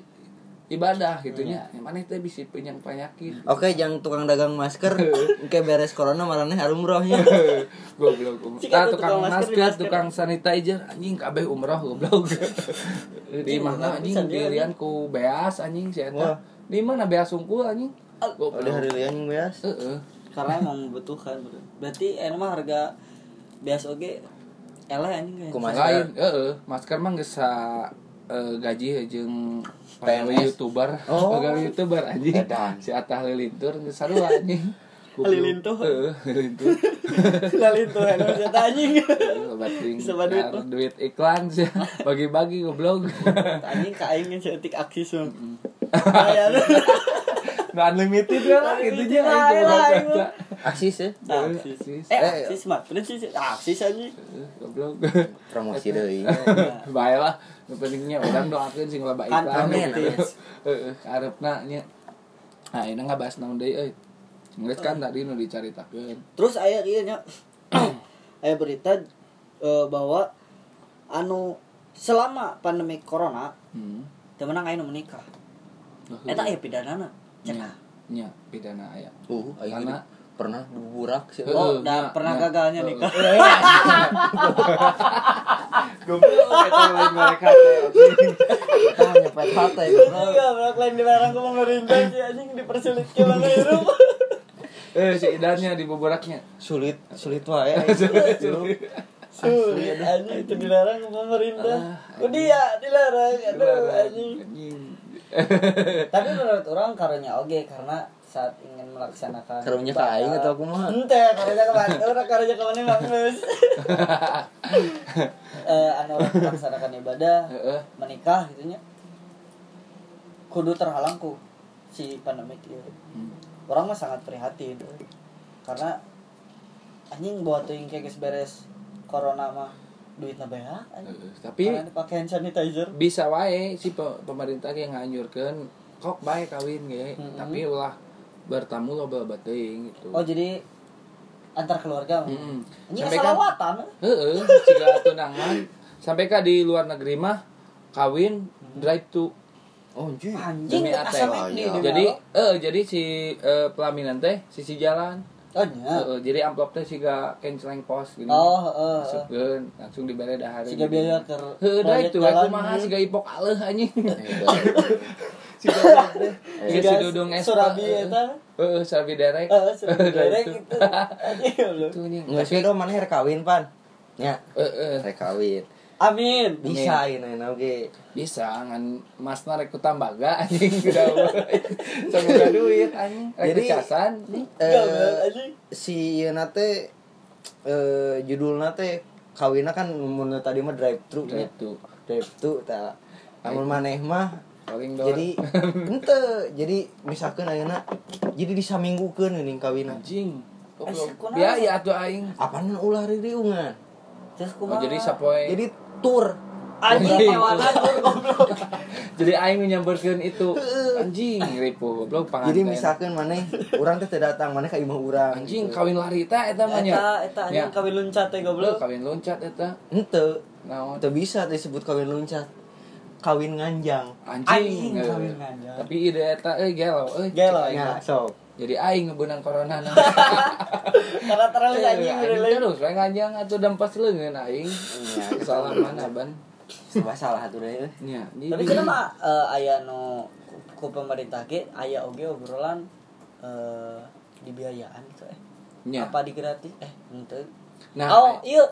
Speaker 1: ibadah gitunya yang mana itu bisa punya penyakit
Speaker 4: Oke, jangan tukang dagang *laughs* masker. Engke beres corona maraneh harum rohnya. *laughs*
Speaker 1: *laughs* goblok
Speaker 2: Jika
Speaker 1: nah,
Speaker 2: itu
Speaker 1: Ah,
Speaker 2: tukang
Speaker 1: tukang
Speaker 2: masker,
Speaker 1: masker,
Speaker 2: dimasker.
Speaker 1: tukang sanitizer anjing kabeh umroh
Speaker 2: *laughs*
Speaker 1: goblok di mana anjing
Speaker 2: Bisa dia,
Speaker 1: dirian ku beas anjing si
Speaker 4: Wah.
Speaker 1: eta di mana beas sungkul anjing
Speaker 4: Udah
Speaker 1: goblok
Speaker 4: hari lian beas.
Speaker 1: heeh
Speaker 2: karena emang membutuhkan bro. berarti enak mah harga biasa oke eleh anjing guys.
Speaker 4: Ku
Speaker 1: lain
Speaker 4: masker.
Speaker 1: heeh masker mah geus sa eh, gaji jeung
Speaker 4: PNS.
Speaker 1: pegawai youtuber
Speaker 4: Oh.
Speaker 1: pegawai youtuber anjing
Speaker 4: Edan.
Speaker 2: *laughs*
Speaker 1: si atah lilintur geus sarua anjing
Speaker 2: Halilintuh.
Speaker 1: Heeh, halilintuh.
Speaker 2: Lalin tuh anu saya anjing.
Speaker 1: Sobat ting.
Speaker 2: Sobat duit.
Speaker 1: Nah, duit iklan sih.
Speaker 2: *laughs*
Speaker 1: Bagi-bagi goblok. *laughs*
Speaker 2: Anjing ka aing eh, geus eutik aksi so. Aya lu.
Speaker 1: Nah, unlimited lah gitu aja aing
Speaker 2: Nah,
Speaker 1: coba
Speaker 2: lah, aing
Speaker 1: baca.
Speaker 4: Asis ya.
Speaker 2: *laughs* Aksis. Eh, aksis mah. Bener sih. Aksis anjing.
Speaker 1: Heeh, *laughs* Goblok.
Speaker 4: Promosi *laughs* deh.
Speaker 1: Baiklah, nu pentingnya orang doakeun sing loba
Speaker 2: Kan,
Speaker 1: iklan.
Speaker 2: amin.
Speaker 1: *laughs* Heeh, karepna nya. Nah, ini nggak bahas naon deui euy. Ngeus kan tadi nu dicaritakeun.
Speaker 2: Terus aya ieu *coughs* nya. aya berita eh, bahwa anu selama pandemi corona
Speaker 1: Hmm.
Speaker 2: teu menang aya nu menikah. Eta aya
Speaker 1: nya,
Speaker 2: pidanana. Cenah.
Speaker 1: nya pidana aya.
Speaker 4: Uh, aing
Speaker 1: Karena-
Speaker 4: hidup. pernah diburak *laughs* sih.
Speaker 1: Heeh,
Speaker 2: Oh,
Speaker 1: nya,
Speaker 2: dah pernah
Speaker 1: nya.
Speaker 2: gagalnya nikah. *laughs*
Speaker 1: Goblok eta lain mereka teh. anjing.
Speaker 4: Tah nyepet hate
Speaker 2: Bener gak? Bener lain dilarang ke pemerintah sih anjing dipersulit ke mana ya rumah *laughs*
Speaker 1: Eh, si Idannya di boboraknya.
Speaker 4: Sulit, *laughs* sulit wae.
Speaker 1: *laughs*
Speaker 2: Sulit Iya. anjing itu dilarang ke pemerintah
Speaker 4: Ah,
Speaker 2: Udah ya dilarang aduh
Speaker 4: *laughs*
Speaker 2: anjing Tapi menurut orang karunya oke karena saat ingin melaksanakan
Speaker 4: Karunya ka aing atau kumaha?
Speaker 2: Ente karunya ke mana? Orang karunya ke mana
Speaker 4: *laughs*
Speaker 2: Magnus? *laughs* Eh anu orang melaksanakan ibadah
Speaker 4: *laughs*
Speaker 1: Heeh.
Speaker 2: menikah gitunya kudu terhalang ku si pandemi itu
Speaker 1: Hmm.
Speaker 2: orang mah sangat prihatin karena anjing bawa tuh yang kayak geus beres corona mah duitnya banyak anjing
Speaker 1: Heeh, Tapi
Speaker 2: karena dipakai hand sanitizer
Speaker 1: bisa wae si pe- pemerintah yang nganyurkan kok baik kawin ge,
Speaker 2: Mm-mm.
Speaker 1: tapi ulah bertamu loba bateuing gitu.
Speaker 2: oh jadi antar keluarga mah.
Speaker 1: Mm-mm.
Speaker 2: anjing
Speaker 1: Sampai kan-
Speaker 2: salawatan
Speaker 1: Heeh, siga tunangan sampai ka di luar negeri mah kawin drive to
Speaker 4: Oh, anjir.
Speaker 1: Demi
Speaker 2: anjing
Speaker 1: ATM.
Speaker 2: asa mah di
Speaker 4: Oh,
Speaker 2: di
Speaker 1: jadi
Speaker 2: bawah.
Speaker 1: eh jadi si eh, pelaminan teh sisi jalan
Speaker 2: oh nya
Speaker 1: Heeh, jadi amplop teh siga canceling pos gini
Speaker 2: oh heeh heeh.
Speaker 1: Masukkeun, langsung dibere dahar
Speaker 2: siga biaya ke
Speaker 1: Heeh, da itu aku mah siga ipok aleuh anjing. *laughs* Siga biaya teh. Siga si dudung es.
Speaker 2: surabi
Speaker 1: Heeh.
Speaker 2: eta
Speaker 1: Heeh, surabi derek.
Speaker 2: heeh surabi
Speaker 1: *laughs* Da
Speaker 2: derek
Speaker 1: itu.
Speaker 2: itu anjing lu.
Speaker 1: Itu anjing.
Speaker 4: Nggak sih do mana rek kawin pan. Ya,
Speaker 1: Heeh,
Speaker 4: rek kawin.
Speaker 2: amin
Speaker 4: Bisa ini nah oke.
Speaker 1: bisa ngan masna rek *laughs* kutambaga anjing udah. Semoga duit anjing. Rek
Speaker 4: Jadi-
Speaker 1: casan.
Speaker 2: Gagal,
Speaker 4: Eh
Speaker 2: anjing.
Speaker 4: si ieu na teh eh judulna teh kawinna kan mun tadi mah drive thru nya.
Speaker 1: Itu
Speaker 4: Drive thru ta. Namun maneh mah
Speaker 1: paling doang.
Speaker 4: *laughs* jadi ente jadi misalkan ayeuna jadi disaminggukeun geuning kawina
Speaker 1: anjing.
Speaker 2: Asik, kunaon?
Speaker 1: Ya ya atuh aing.
Speaker 4: apaan ulah ririungan
Speaker 2: Terus
Speaker 1: Oh,
Speaker 2: kumaha?
Speaker 1: jadi Oh, sapoe. *laughs*
Speaker 4: jadi tur
Speaker 2: anjing
Speaker 1: Anjing.
Speaker 2: hewana tur goblok.
Speaker 1: Jadi aing nyamperkeun itu anjing ripu goblok pangan.
Speaker 4: jadi misalkan maneh urang teh teu datang maneh ka imah urang
Speaker 1: anjing
Speaker 4: gitu.
Speaker 1: kawin lari eta eta mah nya.
Speaker 2: Eta eta anjing
Speaker 1: Ya.
Speaker 2: kawin luncat teh
Speaker 1: Lu
Speaker 2: goblok.
Speaker 1: kawin loncat eta.
Speaker 4: ente
Speaker 1: Naon?
Speaker 4: teu bisa disebut kawin loncat kawin nganjang
Speaker 1: Anjing.
Speaker 2: Anjing,
Speaker 1: eh.
Speaker 2: kawin nganjang.
Speaker 1: Tapi ide eta euy galau euy.
Speaker 2: Gelo
Speaker 4: ya
Speaker 2: ya.
Speaker 4: sok
Speaker 1: Jadi aing ngebeunang corona
Speaker 2: *laughs*
Speaker 1: na.
Speaker 2: Karena terlalu
Speaker 1: Eh,
Speaker 2: anjing
Speaker 1: aing
Speaker 2: relay.
Speaker 1: Terus we nganjang atuh dempas leungeun aing.
Speaker 4: Iya,
Speaker 1: *laughs* Salah mana ban?
Speaker 4: serba salah tuh deh
Speaker 1: Nya. jadi-
Speaker 2: Tapi kenapa mah eh, aya nu ku- ku pemerintah ge aya oge obrolan eh dibiayaan gitu eh.
Speaker 1: Nya.
Speaker 2: Apa digratis? Eh, henteu.
Speaker 1: Nah,
Speaker 2: oh,
Speaker 1: aing-
Speaker 2: iya.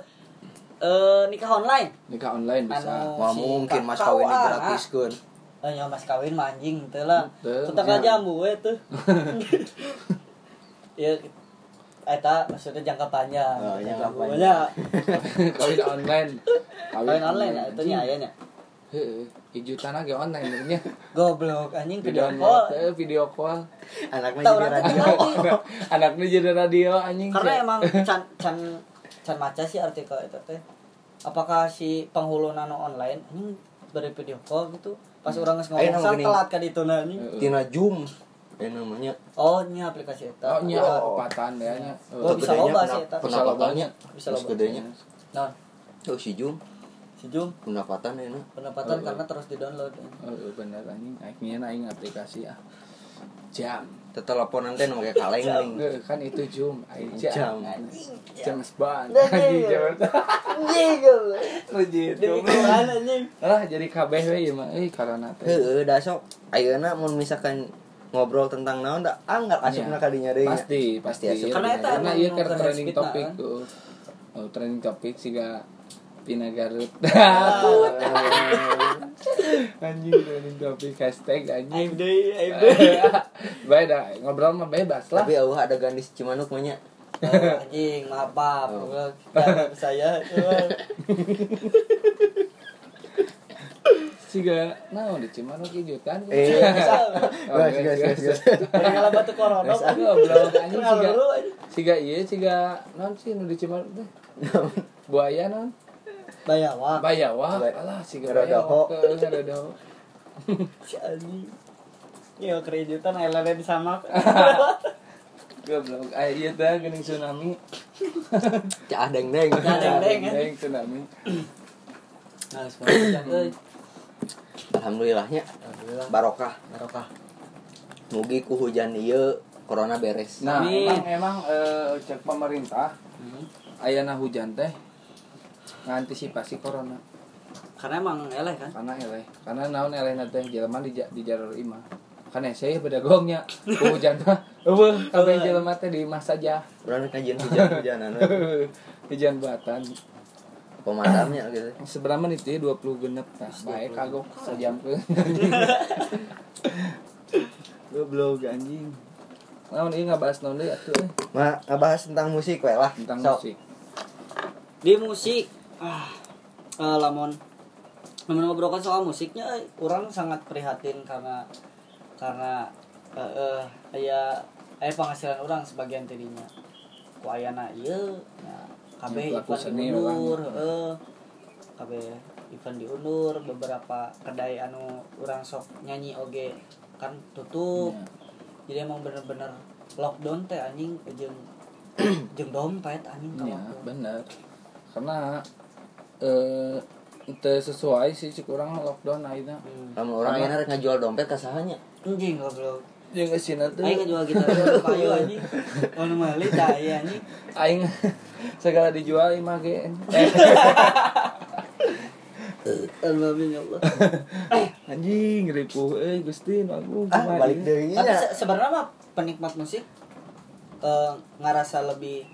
Speaker 2: Eh nikah online.
Speaker 1: nikah online bisa.
Speaker 2: Anu.
Speaker 4: Wah
Speaker 2: Si
Speaker 4: mungkin mas
Speaker 2: kakao,
Speaker 4: kawin
Speaker 2: ah.
Speaker 4: gratis kan
Speaker 2: Eh, nyawa mas kawin mah anjing teu lah.
Speaker 1: Teu,
Speaker 2: Tetangga
Speaker 1: ya.
Speaker 2: jambu we tuh. Ya eta eh, maksudnya jangka panjang.
Speaker 4: Oh, jangka
Speaker 2: Jambu we
Speaker 4: panjang.
Speaker 2: nya.
Speaker 1: *laughs* Kawin online.
Speaker 2: Kawin online ya, itu nya
Speaker 1: anjing.
Speaker 2: aya nya.
Speaker 1: Heeh, ijutan ge online benernya.
Speaker 2: *laughs* Goblok anjing Oh,
Speaker 1: Video
Speaker 2: video
Speaker 1: call,
Speaker 2: call.
Speaker 1: eh, video call.
Speaker 4: anaknya
Speaker 2: Tahu
Speaker 4: jadi
Speaker 2: orang
Speaker 4: radio
Speaker 2: lagi.
Speaker 1: *laughs* Anaknya jadi radio anjing.
Speaker 2: Karena emang can can can maca sih artikel itu teh. Apakah si penghulu nano online anjing beri video call gitu. Pas orang geus ngomong
Speaker 4: Ayeuna mah
Speaker 2: sang
Speaker 4: geuning.
Speaker 2: telat ka ditu na anjing.
Speaker 1: Heeh.
Speaker 4: Tina Jum eh namanya
Speaker 2: Oh, nya aplikasi
Speaker 1: Oh,
Speaker 2: eta.
Speaker 1: nya
Speaker 2: Wah,
Speaker 1: opatan ya nya.
Speaker 2: Oh, bisa
Speaker 4: Gedenya
Speaker 2: loba
Speaker 4: pernah-
Speaker 2: sih eta.
Speaker 1: Bisa loba.
Speaker 4: pendapatannya
Speaker 2: Bisa
Speaker 4: terus
Speaker 2: loba.
Speaker 4: gedenya
Speaker 2: Naon?
Speaker 4: oh si Jum
Speaker 2: Si Jung
Speaker 4: pendapatan enak
Speaker 2: pendapatan karena terus di-download.
Speaker 1: Oh, iya bener anjing, akhirnya aing aplikasi ah. Jam.
Speaker 4: teleponan teh namanya kaleng nih
Speaker 1: Nggak, kan itu jam, aing jam.
Speaker 4: Jam.
Speaker 1: James Bond.
Speaker 2: Nggak,
Speaker 1: Anjing,
Speaker 2: iya.
Speaker 1: James Bond.
Speaker 2: Anjing goblok.
Speaker 1: Legit.
Speaker 2: Demi Tuhan anjing.
Speaker 1: Lah jadi kabeh we ieu mah euy karana teh.
Speaker 4: Heeh, dah sok. Ayeuna mun misalkan ngobrol tentang naon da anggar asupna
Speaker 1: Iya.
Speaker 4: ka dinya deui.
Speaker 1: Pasti, pasti.
Speaker 4: Pasti asup.
Speaker 2: Karena eta
Speaker 1: karena
Speaker 2: emang
Speaker 1: ieu keur
Speaker 2: nu keur
Speaker 1: trending
Speaker 2: hate speech
Speaker 1: topik.
Speaker 2: na,
Speaker 1: heeh. Oh, trending topik siga Pina Garut. anjing *laughs* trending topik hashtag anjing.
Speaker 2: I'm day, I'm day.
Speaker 1: beda ngobrol mah bebas lah
Speaker 4: Tapi eueuh ada gadis Cimanuk mah nya.
Speaker 2: Oh, anjing maaf maaf
Speaker 4: Oh.
Speaker 2: Gua bilang, saya cuman.
Speaker 1: siga nah di Cimanuk ieu jutaan
Speaker 4: Eh.
Speaker 1: Oh,
Speaker 4: Gas, gas, gas, gas.
Speaker 1: *laughs*
Speaker 2: Orang ngalah batu corona
Speaker 1: Gas, goblok. Anjing,
Speaker 2: Kenal
Speaker 1: siga.
Speaker 2: lu, anjing.
Speaker 1: siga ieu siga non sih nu di Cimanuk teh buaya non
Speaker 2: Bayawak
Speaker 1: bayawa
Speaker 4: Bay-
Speaker 1: alah siga
Speaker 4: Rodoho.
Speaker 1: bayawa Heeh, rodoho
Speaker 2: si anjing Yo keridutan LR di *laughs* sama
Speaker 1: goblok aya ieu teh geuning tsunami
Speaker 4: Cah ah, deng deng.
Speaker 2: Cadeng-deng, ya.
Speaker 1: Cadeng-deng tsunami
Speaker 2: Nah, semuanya euy.
Speaker 4: Alhamdulillahnya
Speaker 2: Alhamdulillah.
Speaker 4: barokah.
Speaker 2: Barokah.
Speaker 4: Mugi ku hujan ieu corona beres.
Speaker 1: nah
Speaker 2: Amin.
Speaker 1: emang emang eh, cek pemerintah ayana hujan teh ngantisipasi corona
Speaker 2: Karena emang eleh kan.
Speaker 1: karena eleh karena naon eleh nanti jelema di ja- di jalur imah kan saya bedagongnya hujan mah eueuh kabeh jelema teh di imah saja
Speaker 4: Urang kajian hujan-hujanan we.
Speaker 1: hujan buatan
Speaker 4: pemadamnya gitu.
Speaker 1: seberapa menit ya 20 genep nah baik kagok sejam ke goblok anjing naon ieu ngabahas naon deui atuh eh.
Speaker 4: Ma, ngebahas tentang musik we lah.
Speaker 1: tentang
Speaker 4: Sok.
Speaker 1: musik
Speaker 2: Di musik ah eh, lamun lamun ngobrolkan soal musiknya euy, orang sangat prihatin karena karena eh eh, aya aya penghasilan orang sebagian tidinya. Ku ayana ieu ya kabeh
Speaker 1: Ya, pelaku
Speaker 2: iklan
Speaker 1: seni
Speaker 2: diundur eh. heeh. Kabeh event diundur beberapa kedai anu orang sok nyanyi oge kan tutup.
Speaker 1: Iya.
Speaker 2: jadi emang bener-bener lockdown teh anjing
Speaker 1: *clears throat*
Speaker 2: jeung jeung dompet anjing ka
Speaker 1: ya
Speaker 2: lockdown.
Speaker 1: bener karena eh itu sesuai sih cik urang mah lockdown akhirnya
Speaker 2: Hmm.
Speaker 4: Lamun urang ini rek ngajual dompet ka sahanya.
Speaker 2: anjing goblok
Speaker 1: jeung eusina teh
Speaker 2: aing ngejual gitar dulu payu anjing ono mali tah iya anjing
Speaker 1: aing *laughs* segala dijual imah ge eh,
Speaker 2: alhamdulillah ya Allah
Speaker 1: anjing ripuh eh gusti nu agung
Speaker 4: Ah,
Speaker 1: kumaha ieu?
Speaker 4: balik deui
Speaker 2: tapi
Speaker 4: nya.
Speaker 2: se- sebenarnya mah penikmat musik eh, ngerasa lebih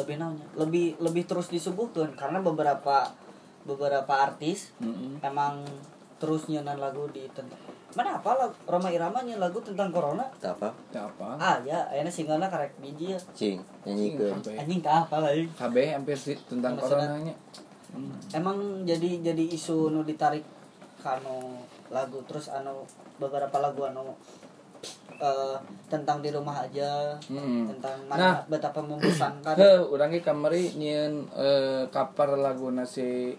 Speaker 2: lebih naonnya lebih lebih terus disuguhkan karena beberapa beberapa artis
Speaker 1: Mm-mm.
Speaker 2: emang terus nyenan lagu di tentang mana apa lagu- Rhoma Irama nyeun lagu tentang corona
Speaker 4: Teu apa?
Speaker 1: Teu apa
Speaker 2: ah ya ayana singlenya karek biji ya
Speaker 4: Cing,
Speaker 1: Anjing,
Speaker 4: nyanyikan.
Speaker 1: sampai-
Speaker 2: anjing tak apa lah anjing.
Speaker 1: KB hampir sih tentang
Speaker 2: Sama senat.
Speaker 1: coronanya Hmm.
Speaker 2: emang jadi jadi isu nu ditarik kano lagu terus anu beberapa lagu anu eh, tentang di rumah aja
Speaker 1: Hmm.
Speaker 2: tentang
Speaker 1: Nah.
Speaker 2: mana betapa
Speaker 1: *clears throat*
Speaker 2: membosankan
Speaker 1: Heh, urang ge kamari nyieun eh, cover laguna si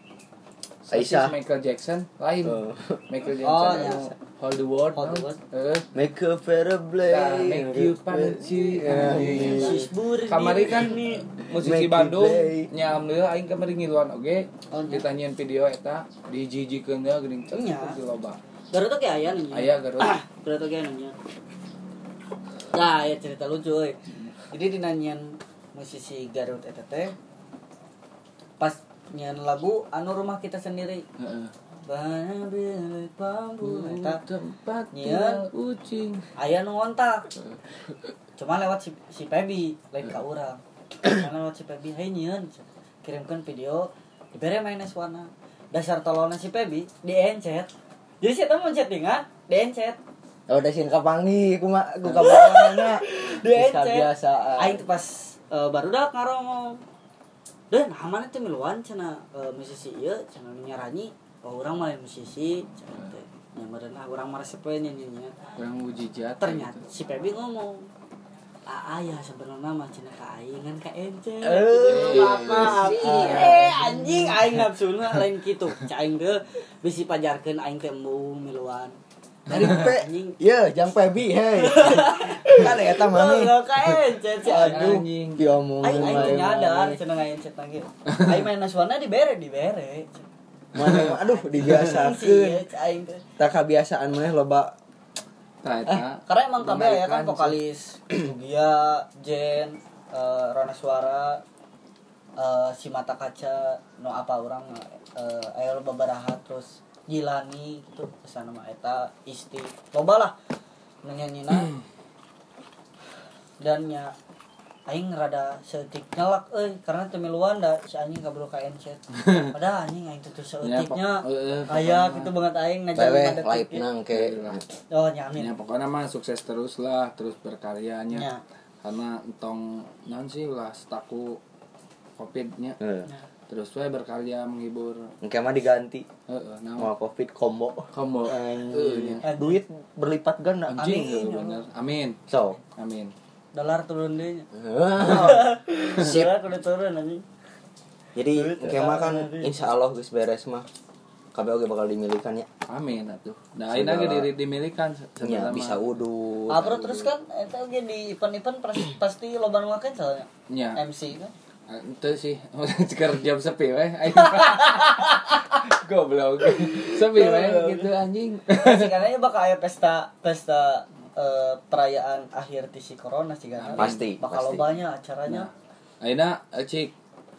Speaker 1: si
Speaker 4: Aisyah.
Speaker 1: Michael Jackson lain.
Speaker 4: Oh.
Speaker 1: Michael
Speaker 2: Oh,
Speaker 1: Jackson
Speaker 2: iya.
Speaker 1: anu Hold the world.
Speaker 2: Hold the
Speaker 1: no?
Speaker 2: world.
Speaker 1: Heuh.
Speaker 4: Make a better place.
Speaker 1: Nah, make you panci.
Speaker 4: Yeah.
Speaker 2: Sisbur
Speaker 1: Kamari kan musisi
Speaker 4: Make it
Speaker 1: Bandung
Speaker 4: play.
Speaker 1: nya alhamdulillah aing kamari ngiluan oge
Speaker 2: Oh, nya.
Speaker 1: ditanyain video eta dijijikeun da geuning cek
Speaker 2: Nya.
Speaker 1: di loba.
Speaker 2: Garut oke aya nu
Speaker 1: Aya
Speaker 2: *clears throat*
Speaker 1: Garut.
Speaker 2: Garut oke anu nya. Nah, ya cerita lucu euy. Jadi dinanyian musisi Garut eta teh pas nyanyian lagu anu rumah kita sendiri.
Speaker 1: Heeh.
Speaker 2: Bana bilik bambu
Speaker 1: Hmm.
Speaker 2: eta
Speaker 1: tempat
Speaker 2: Nya.
Speaker 4: Iya.
Speaker 1: tinggal kucing.
Speaker 2: aya nu ngontak. Cuma lewat si, si Pebi, lain ka urang. Cuma lewat si Pebi, "Hai nyieun." Kirimkan video, dibere main warna. Dasar tololna si Pebi, diencet. Jadi si eta mau chattingan, diencet.
Speaker 4: Oh, udah sih kapangi, ku mah ku kapangi
Speaker 2: *laughs* Dia
Speaker 4: Bisa biasaan.
Speaker 2: Aing tuh pas eh, baru dah ngomong. Dan hamana teh miluan cenah eh, musisi ieu cenah nu nyaranyi oh, urang mah lain musisi cenah teh. Nya meureunah urang mah resep we nyanyinya.
Speaker 1: Kurang mujijat.
Speaker 2: Ternyata si Pebi ngomong Ah ayah sebenarnya mah cenah ka aing kan ka ence.
Speaker 4: Eh,
Speaker 2: Maaf. Eh anjing aing nafsuna lain kitu. Ca aing teh bisi pajarkeun aing teh embung miluan.
Speaker 4: Dari pe. *laughs*
Speaker 2: Anjing.
Speaker 4: Ye, jang
Speaker 2: *laughs*
Speaker 4: pebi, hei. Kan eta mah nih.
Speaker 2: Loh, ka ence si anjing.
Speaker 4: Aduh,
Speaker 1: Anjing.
Speaker 4: diomongin
Speaker 2: Aing aing
Speaker 4: wae,
Speaker 2: teu nyadar
Speaker 4: wae.
Speaker 2: cenah aing cet nangge. Aing main naswana dibere dibere.
Speaker 4: Mana aduh
Speaker 2: *laughs* Iya,
Speaker 4: dibiasakeun.
Speaker 2: aing teh.
Speaker 4: Tak kebiasaan mah loba
Speaker 1: Tah eta.
Speaker 4: Eh,
Speaker 2: Eh, Karena emang kabeh ya kan
Speaker 1: Mengerikan,
Speaker 2: vokalis *clears throat* Rugia, Jen, eh, Rona Suara, eh, si mata kaca, no apa orang eh air beberapa terus Jilani gitu kesana mah eta Isti.
Speaker 1: Hmm.
Speaker 2: Loba lah menyanyinya dan ya aing rada seetik nyalak euy karena temiluan da si anjing kabur ka encet
Speaker 1: *laughs*
Speaker 2: padahal anjing aing tuh
Speaker 1: Ya, pok-
Speaker 2: seetiknya
Speaker 1: eh, eh,
Speaker 2: aya gitu banget aing ngajar
Speaker 4: Pewe,
Speaker 2: lima detik.
Speaker 4: laip nang ke
Speaker 2: oh
Speaker 1: Ya,
Speaker 2: nyamin
Speaker 1: pokoknya mah sukses terus lah, terus berkaryanya.
Speaker 2: Ya.
Speaker 1: Karena entong non sih lah setaku covidnya. Terus saya berkarya menghibur.
Speaker 4: Engke mah diganti
Speaker 1: Heeh, nah,
Speaker 4: mau covid combo
Speaker 1: combo.
Speaker 4: Eh,
Speaker 1: Heeh, ya.
Speaker 4: duit berlipat ganda
Speaker 1: Anjing, eh, bener. Amin.
Speaker 4: so
Speaker 2: *laughs*
Speaker 1: Amin.
Speaker 2: dolar turun deui nya.
Speaker 4: Sip.
Speaker 2: dolar kudu turun anjing
Speaker 4: jadi engke mah kan insya Allah geus beres mah kabeh oge bakal dimilikan ya
Speaker 1: Amin atuh. Nah, ini lagi diri dimilikan
Speaker 4: Ya,
Speaker 1: sebenarnya.
Speaker 4: bisa wudhu
Speaker 2: Apro terus kan eta ge di event-event pras- pasti loba nu makan soalnya
Speaker 1: Ya.
Speaker 4: Eh,
Speaker 2: MC kan
Speaker 1: Itu Ah, sih, *laughs* sekarang jam sepi weh *laughs* Aing. Goblok *laughs* Sepi weh, gitu anjing *laughs*
Speaker 2: sih karena bakal aya pesta pesta eh, perayaan akhir ti si corona sih kan
Speaker 4: Pasti,
Speaker 2: bakal
Speaker 4: pasti.
Speaker 2: lobanya acaranya
Speaker 1: Aina, eh, cik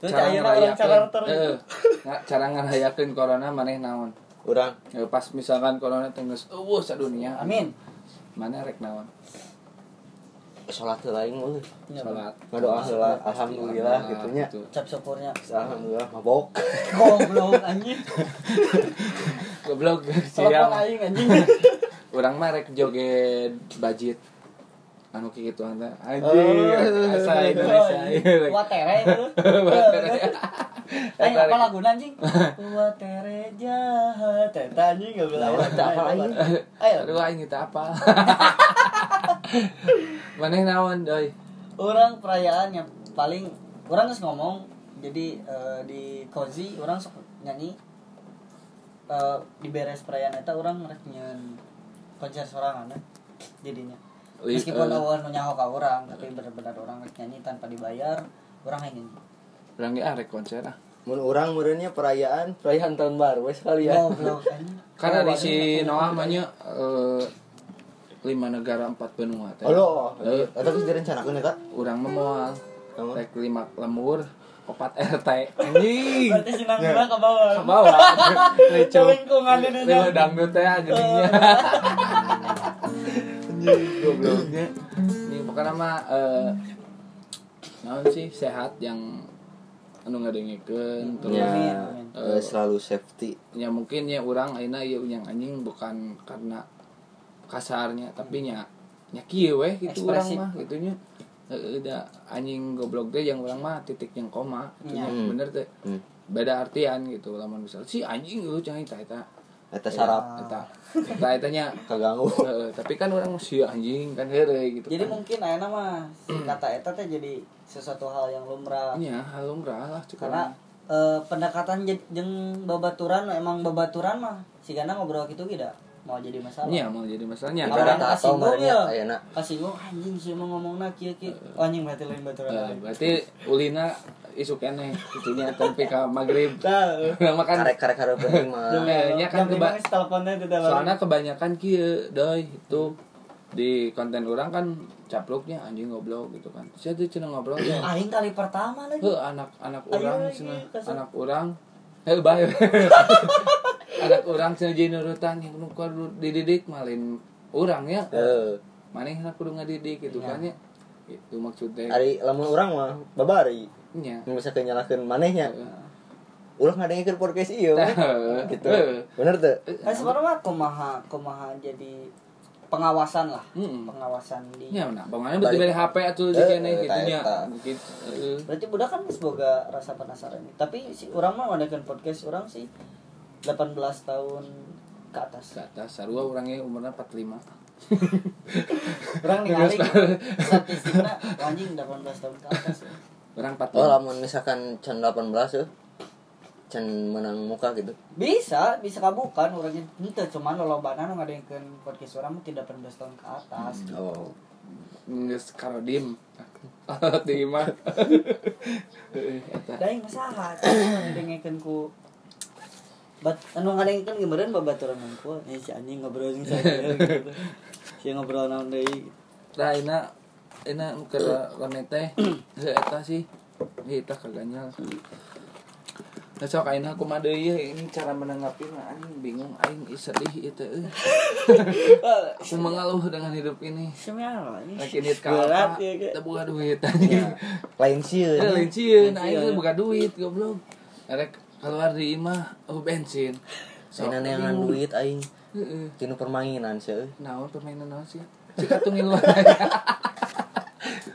Speaker 2: Terus
Speaker 1: Cara
Speaker 2: ayeuna orang cara
Speaker 1: ngerayakan
Speaker 2: ter-
Speaker 1: eh, *laughs* nga- Cara ngerayakan corona maneh naon
Speaker 4: urang
Speaker 1: Eh, Pas misalkan corona tengges Wuh sadunia
Speaker 2: amin
Speaker 1: Maneh rek naon
Speaker 4: sholat lain mulai
Speaker 2: Ya,
Speaker 1: Salat
Speaker 4: ngadoa heula alhamdulillah gitunya
Speaker 1: Gitu.
Speaker 2: cap syukurnya
Speaker 4: alhamdulillah mabok
Speaker 2: goblok anjing
Speaker 1: Goblok *laughs*
Speaker 2: telepon
Speaker 1: siang
Speaker 2: aing anjing
Speaker 1: Urang mah rek joget bajit Anu kitu teh Anjing Asa
Speaker 2: *laughs*
Speaker 1: Indonesia ieu, rek.
Speaker 2: watere itu
Speaker 1: Watere. Eh,
Speaker 2: Aing apa lagu *laughs* anjing? Watere jahat Eta anjing gak bilang
Speaker 4: Lah, eta apa aing?
Speaker 2: Ayo
Speaker 1: Aduh aing teu *laughs* apa. Maneh naon doi?
Speaker 2: orang perayaan yang paling orang harus ngomong jadi eh, di kozi orang sok nyanyi Eh, di beres perayaan itu orang rek nyen konser sorangan eh, jadinya
Speaker 1: Wih,
Speaker 2: meskipun
Speaker 1: eh.
Speaker 2: awal nyaho ka orang tapi benar-benar orang rek nyanyi tanpa dibayar orang yang nyanyi
Speaker 1: Urang ge arek konser ah.
Speaker 4: mun urang meureunnya perayaan perayaan tahun baru we sekalian
Speaker 2: Goblok, anjing.
Speaker 1: Iya. Karena di
Speaker 2: Goblok,
Speaker 1: si
Speaker 2: anjing.
Speaker 1: Noah mah nya eh, lima negara empat benua teh.
Speaker 4: Halo,
Speaker 1: Eh,
Speaker 4: eta geus direncanakeun eta.
Speaker 1: Urang mah moal.
Speaker 4: Naon?
Speaker 1: Rek lima lemur, opat RT. Anjing.
Speaker 2: berarti si Nangga ke bawah
Speaker 1: Ke Bawah. Lucu.
Speaker 2: Lingkungan di dunia.
Speaker 1: Lima dangdut teh geuninnya. Anjing gobloknya. Ini pokoknya mah eh naon sih sehat yang anu ngadengikeun terus
Speaker 4: Ya,
Speaker 2: Amin.
Speaker 4: eh, selalu safety.
Speaker 1: ya mungkin ya orang aina ya yang anjing bukan karena kasarnya tapi nya nya kieu weh gitu orang
Speaker 2: Ekspresif.
Speaker 1: mah gitunya Heeh, da anjing goblok teh yang orang mah titik yang koma gitu nya.
Speaker 2: Ya.
Speaker 4: Hmm.
Speaker 1: bener teh
Speaker 4: Hmm.
Speaker 1: beda artian gitu lamun misal si anjing lu jangan eta eta
Speaker 4: Eta sarap
Speaker 2: Ah.
Speaker 1: eta eta eta nya
Speaker 4: kaganggu.
Speaker 1: Heeh, tapi kan orang si anjing kan heureuy gitu
Speaker 2: jadi
Speaker 1: kan.
Speaker 2: mungkin ayeuna mah si
Speaker 1: Hmm.
Speaker 2: kata eta teh jadi sesuatu hal yang lumrah
Speaker 1: nya halumrah lah cukup
Speaker 2: karena eh, pendekatan je- jeung babaturan emang babaturan mah si Gana ngobrol gitu tidak mau jadi masalah
Speaker 1: nya mau jadi masalahnya
Speaker 4: Ibarat
Speaker 2: Karena
Speaker 4: tato
Speaker 2: kasinggung
Speaker 4: meureunnya
Speaker 2: ya.
Speaker 4: ayeuna.
Speaker 2: kasinggung anjing sih mau ngomongna kieu kieu oh, anjing berarti lain baturan
Speaker 1: Eh,
Speaker 2: lain
Speaker 1: berarti ulina isuk keneh gitu gitunya tapi ka magrib
Speaker 2: Tah,
Speaker 1: *laughs* makan
Speaker 4: Karek-karek hareup
Speaker 1: *laughs*
Speaker 4: penting mah.
Speaker 1: Eh, nya kan
Speaker 2: jam lima
Speaker 1: keba-
Speaker 2: geus teleponnya tidak
Speaker 1: soalnya kebanyakan kia doi itu di konten orang kan caploknya anjing ngobrol gitu kan saya tuh cenah ngobrol
Speaker 2: *coughs*
Speaker 1: ya
Speaker 2: aing kali pertama lagi
Speaker 1: he anak anak
Speaker 2: Ayo
Speaker 1: orang
Speaker 2: lagi,
Speaker 1: cenah
Speaker 2: kasar.
Speaker 1: anak orang he bye *laughs* anak orang cenah jadi nurutan yang nu kudu dididik malin orang ya
Speaker 4: Eh,
Speaker 1: manehna kudu ngadidik gitu kan ya itu maksudnya
Speaker 4: ari lamun urang mah babari.
Speaker 1: nya
Speaker 4: Nu bisa kenyalakeun manehnya. Ulah ngadengkeun podcast ieu.
Speaker 1: *laughs* Tah,
Speaker 4: Gitu.
Speaker 1: eh.
Speaker 4: Bener teu?
Speaker 2: kan sebenarnya mah kumaha kumaha jadi pengawasan lah
Speaker 1: Mm-mm.
Speaker 2: pengawasan di
Speaker 1: nya nah bangannya betul dari HP atau di
Speaker 4: Eh,
Speaker 1: kene
Speaker 4: eh,
Speaker 1: gitu nya
Speaker 4: eta.
Speaker 1: mungkin eh,
Speaker 2: Berarti budak kan semoga rasa penasaran. Tapi si orang mah ngadakeun podcast orang sih 18 tahun ke
Speaker 1: ke
Speaker 2: atas.
Speaker 1: atas sarua orangnya umurnya 45
Speaker 2: *laughs* Orang ningali statistiknya anjing 18 tahun ke atas. Ya.
Speaker 1: Orang 45.
Speaker 4: Oh, lamun misalkan can 18 euy. Can menang muka gitu.
Speaker 2: Bisa, bisa kabukan orangnya henteu cuman lolobana nu ngadakeun podcast orang mah tidak 18 tahun ke atas.
Speaker 4: Oh.
Speaker 1: Nges karodim. Di imah. Heeh, eta.
Speaker 2: Daing masalah ngadengekeun ku Bat, anu ngadengkeun ge meureun babaturan mangku. Eh si anjing ngobrol jeung saya gitu. *laughs* Si ngobrol naon deui.
Speaker 1: Nah, ina ina ke rame teh heuh, eta sih. Ih, Eta kagaknya. Nah, sok aing aku mah deui ini cara menanggapinya anjing bingung aing ih sedih itu euy. Aku mengaluh dengan hidup ini. Lagi niat ka apa?
Speaker 2: Berat, ya, Kak.
Speaker 1: Teu buka duit anjing.
Speaker 4: lain sieun.
Speaker 1: Ya lencieun aing teh buka duit goblok. Arek keluar di imah oh bensin.
Speaker 4: Saya neangan
Speaker 1: bingung.
Speaker 4: duit aing
Speaker 1: Heeh.
Speaker 4: tinu permainan sih.
Speaker 1: Naon permainan naon sih? Cikatungin lu. *laughs*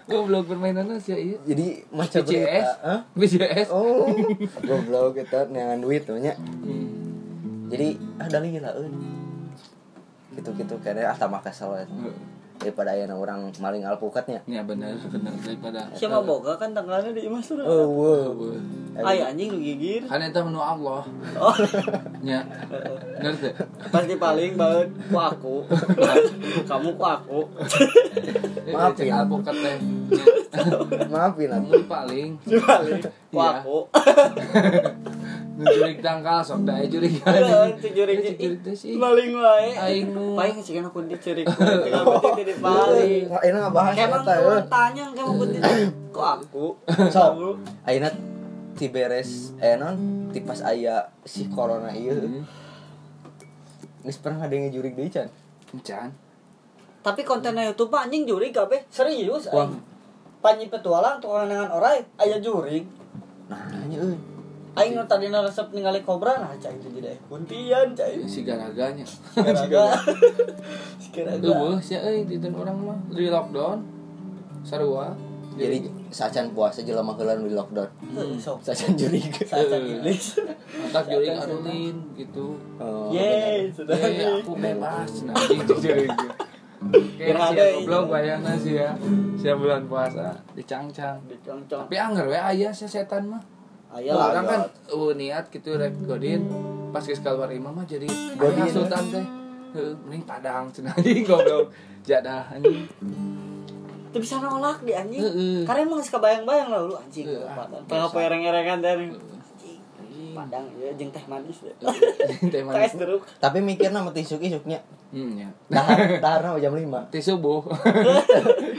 Speaker 1: Goblok permainan naon sih ieu?
Speaker 4: Jadi macam
Speaker 1: BCS?
Speaker 4: berita, hah?
Speaker 1: BCS?
Speaker 4: Oh, *laughs* goblok kita neangan duit banyak.
Speaker 1: Hmm.
Speaker 4: Jadi ah dah gila euy. Gitu-gitu kayaknya ah tamak kesel ya. Daripada aya orang maling alpukatnya.
Speaker 1: Ya benar, benar daripada
Speaker 2: Siapa boga kan tanggalnya di Mas Surya.
Speaker 4: Oh, wow.
Speaker 2: Ay anjing lu gigir.
Speaker 1: Kan itu menu Allah.
Speaker 2: Oh. *laughs*
Speaker 1: Nya. Bener teh.
Speaker 2: Pasti paling banget ku aku. Kamu ku aku.
Speaker 4: Maaf,
Speaker 1: Maaf ya
Speaker 4: ya.
Speaker 1: aku Eh, teh.
Speaker 4: Maafin aku.
Speaker 1: Kamu paling
Speaker 4: *laughs*
Speaker 2: Si paling ku
Speaker 1: Iya.
Speaker 2: aku.
Speaker 1: ngejurik tangkal sok eh, da jurik
Speaker 2: Heeh,
Speaker 1: anjing.
Speaker 2: cicurik
Speaker 1: Ya, cicurik teh sih.
Speaker 2: Maling wae.
Speaker 1: Aing nu-
Speaker 2: paling sih kan aku dicurik. Kamu jadi paling.
Speaker 4: Ayeuna ngebahas
Speaker 2: Emang
Speaker 4: eta
Speaker 2: ku
Speaker 4: euy.
Speaker 2: tanya kamu ku ku aku. Kamu.
Speaker 4: Sok. Ayeuna ti beres eh non ti pas aya si corona
Speaker 1: Hmm.
Speaker 4: ieu. Geus pernah ada yang jurik deui can.
Speaker 1: Encan.
Speaker 2: Tapi kontennya YouTube mah anjing juri kabeh. Serius
Speaker 4: Wah.
Speaker 2: aing. Panji petualang tukang dengan orai aya juri.
Speaker 4: Nah, eh. nya euy.
Speaker 2: Aing nu tadina resep ningali kobra nah cai itu jadi kuntian cai.
Speaker 1: Si garaganya.
Speaker 2: Kira-kira. Kira-kira.
Speaker 1: Eueuh, sia euy di orang mah di lockdown. Sarua.
Speaker 4: Jadi sacan puasa jelema heula nu di lockdown. *laughs*
Speaker 2: Sok.
Speaker 4: Sacan jurik.
Speaker 2: Saja Inggris.
Speaker 1: Entak jurik arulin gitu.
Speaker 4: *laughs* Oh,
Speaker 2: Yeay, sudah
Speaker 1: Eh,
Speaker 2: nih.
Speaker 1: aku bebas nah, nanti jurik. Kayak
Speaker 2: Berada
Speaker 1: sia
Speaker 2: ini.
Speaker 1: goblok bayangna sih ya. Sia bulan puasa dicangcang.
Speaker 2: Dicongcong.
Speaker 1: Tapi anggar we aya sia setan mah.
Speaker 2: Aya
Speaker 1: Iyalah, orang kan
Speaker 2: Iya lah.
Speaker 1: uh, niat gitu rek godin pas geus keluar imam mah jadi
Speaker 4: Godin,
Speaker 1: godin sultan teh. Heeh, mending padang cenah *laughs* anjing goblok. Jadah anjing.
Speaker 2: Tapi bisa nolak di anjing.
Speaker 1: Heeh.
Speaker 2: Karena emang geus kabayang-bayang lah lu anjing.
Speaker 1: Heeh.
Speaker 2: Pengen apa ereng-erengan tadi. Padang ya jeung teh manis. ya.
Speaker 1: Teh manis.
Speaker 2: Teh jeruk.
Speaker 4: Tapi mikirna mah tisuk-isuknya.
Speaker 1: Hmm ya.
Speaker 4: Dahar dahar mah jam 5.
Speaker 1: Teh subuh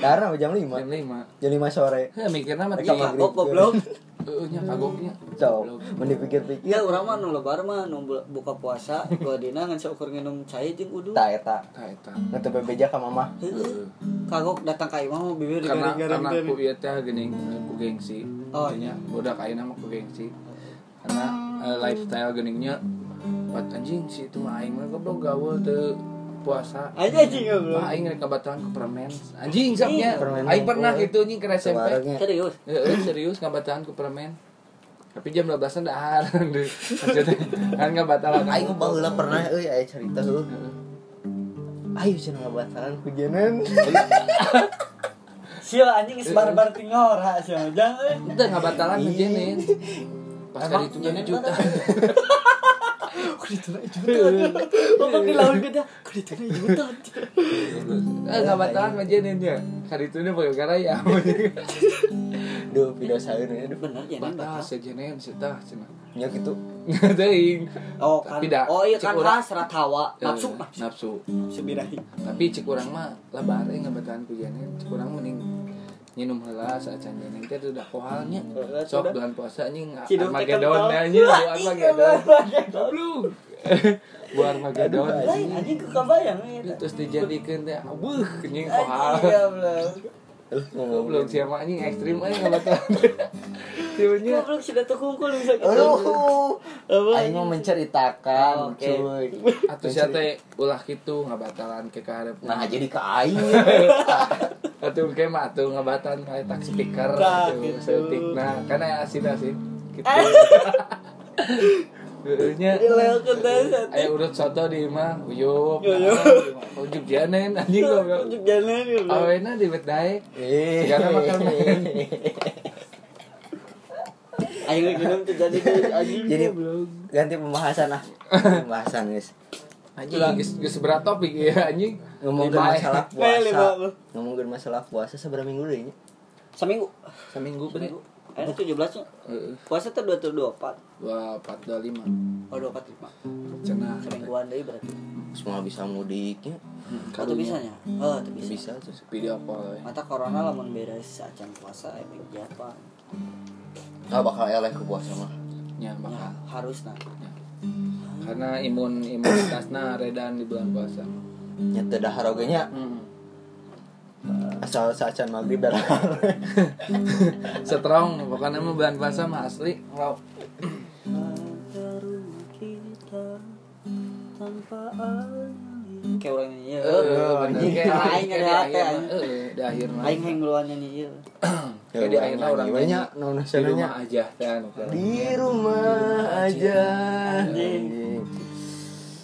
Speaker 4: Dahar mah jam 5.
Speaker 1: jam 5.
Speaker 4: Jam 5 sore.
Speaker 1: Heh mikirna mah
Speaker 2: Mereka
Speaker 1: teh.
Speaker 4: Mereka
Speaker 2: kagok goblok.
Speaker 1: Heeh nya kagoknya.
Speaker 4: Cok, mending pikir-pikir.
Speaker 2: Ya urang mah nu lebar mah nu bu- buka puasa godina ngan seukur nginum cai jeung udu.
Speaker 4: Tak eta.
Speaker 1: Tah eta.
Speaker 4: Ngeteu bebeja ka mamah.
Speaker 2: Heeh. Kagok datang ka imam bibir
Speaker 1: Karena
Speaker 2: digaring-garing
Speaker 1: karena
Speaker 2: tadi.
Speaker 1: aku ieu teh geuning ku gengsi.
Speaker 2: Oh,
Speaker 1: Intinya budak ayeuna mah ku gengsi. Karena eh, lifestyle geuningnya buat anjing si itu mah aing mah goblok gaul teu puasa.
Speaker 2: Aja anjing goblok.
Speaker 1: Wah, aing rek ngebatalan ke permen. Anjing sapnya.
Speaker 4: Permen
Speaker 1: Aing
Speaker 4: bungkul.
Speaker 1: pernah gitu anjing ke SMP.
Speaker 4: Sebarangnya.
Speaker 2: Serius.
Speaker 1: Heeh, serius ngebatalan ke permen. Tapi jam 12-an dahar. *laughs* Maksudnya kan ngebatalan.
Speaker 4: Aing baheula pernah euy aya cerita heuh.
Speaker 1: Heeh.
Speaker 4: Ayo cenah ngabatalan kujenan.
Speaker 2: Sil anjing geus barbar tingor ha sil. Jangan.
Speaker 1: Udah ngebatalan ngejenin. Pas
Speaker 2: Emang
Speaker 1: dari itu jadi
Speaker 2: ngejenin
Speaker 1: juta.
Speaker 2: Bapak di laut gede. Ku dituna juta.
Speaker 1: Eh ngebatalan ngejenin dia. Kali itu dia pakai garaya.
Speaker 4: Duh, video saeun ya. duh.
Speaker 2: Bener ya
Speaker 1: Batas sejenin setah cenah.
Speaker 4: Nya gitu.
Speaker 1: Teuing.
Speaker 2: Oh kan.
Speaker 1: Tapi dah,
Speaker 2: Oh iya kan
Speaker 1: cek urang.
Speaker 2: khas ratawa. Nafsu
Speaker 1: Eh,
Speaker 2: nafsu
Speaker 1: Nafsu.
Speaker 2: sebirahi.
Speaker 1: tapi cik kurang mah lebar eh ngebatalan ku janin cik kurang mending nginum heula saacan janin teh udah kohalnya
Speaker 2: Heula,
Speaker 1: sok
Speaker 2: sudah.
Speaker 1: bulan puasa anjing
Speaker 2: Cidung teh
Speaker 1: Armageddon
Speaker 2: kental.
Speaker 1: dah, anjing
Speaker 2: Wah,
Speaker 1: buat Armageddon
Speaker 2: iya, Armageddon.
Speaker 1: goblok *laughs* buat Armageddon
Speaker 2: Lain
Speaker 1: anjing
Speaker 2: anjing ku kabayang ya.
Speaker 1: terus dijadikan teh wah anjing kohal
Speaker 2: Anjing goblok.
Speaker 4: Eh, ngomong.
Speaker 1: goblok siapa anjing ekstrim aja ngebatalan tiunya
Speaker 2: Goblok sudah tukungkul bisa gitu.
Speaker 4: Aduh.
Speaker 2: Apa?
Speaker 4: Aing mau
Speaker 1: Oh,
Speaker 4: menceritakan,
Speaker 2: Oke.
Speaker 4: cuy.
Speaker 1: *laughs* atau siapa teh ulah gitu ngebatalan ke karep
Speaker 4: Nah, jadi ke aing.
Speaker 1: *laughs* atau kayak mah tuh ngebatan kayak tak speaker
Speaker 2: Nah,
Speaker 1: tuh
Speaker 2: gitu.
Speaker 1: seutik nah karena asin asin gitu Heeh-nya
Speaker 2: Dilelkeun teh sate.
Speaker 1: ayo urut soto di imah uyup
Speaker 2: Uyup.
Speaker 1: ujuk janen anjing goblok
Speaker 2: Tunjuk jalan ya, bro.
Speaker 1: awena di bet daek
Speaker 4: Eh.
Speaker 1: Sekarang makan men.
Speaker 2: Aing minum tuh jadi anjing.
Speaker 4: *laughs* Jadi
Speaker 1: goblok
Speaker 4: ganti pembahasan ah. Pembahasan guys.
Speaker 1: anjing geus geus seberat topik ya anjing
Speaker 4: Ngomongin
Speaker 1: Lima, eh. *laughs*
Speaker 4: masalah
Speaker 2: Kayak lima,
Speaker 4: puasa.
Speaker 2: lu.
Speaker 4: Ngomongin masalah puasa seberapa minggu deh ini?
Speaker 2: Seminggu.
Speaker 1: seminggu bener
Speaker 2: Seminggu. ya? Aing 17 nya. Puasa tuh 224.
Speaker 1: dua empat dua lima
Speaker 2: Oh 245.
Speaker 1: cenah
Speaker 2: Semingguan deui ya berarti.
Speaker 4: Semua bisa mudiknya.
Speaker 2: Atau bisanya? Oh, tuh bisa.
Speaker 4: Bisa terus.
Speaker 1: video call ya.
Speaker 2: Mata corona eh, lamun beres acan puasa emang japa.
Speaker 4: Gak bakal eleh ke puasa mah.
Speaker 1: nya bakal
Speaker 2: harus nah
Speaker 1: karena imun imunitasna redan di bulan puasa
Speaker 4: nya teu dahar oge nya
Speaker 1: Hmm.
Speaker 4: asal saacan maghrib dahar
Speaker 1: *laughs* strong pokoknya mah bulan puasa mah asli wow
Speaker 2: kayak orang nyanyi
Speaker 1: Eh, Bener. Kayak kayak
Speaker 2: Aing ada
Speaker 1: di akhir
Speaker 2: hati aing
Speaker 1: mah. Eh, di akhir mah
Speaker 2: aing yang iya. duluan nyanyi ieu.
Speaker 1: kayak di akhir mah orang
Speaker 4: banyak non
Speaker 1: di rumah
Speaker 4: nasionalnya
Speaker 1: aja kan
Speaker 4: di rumah aja anjing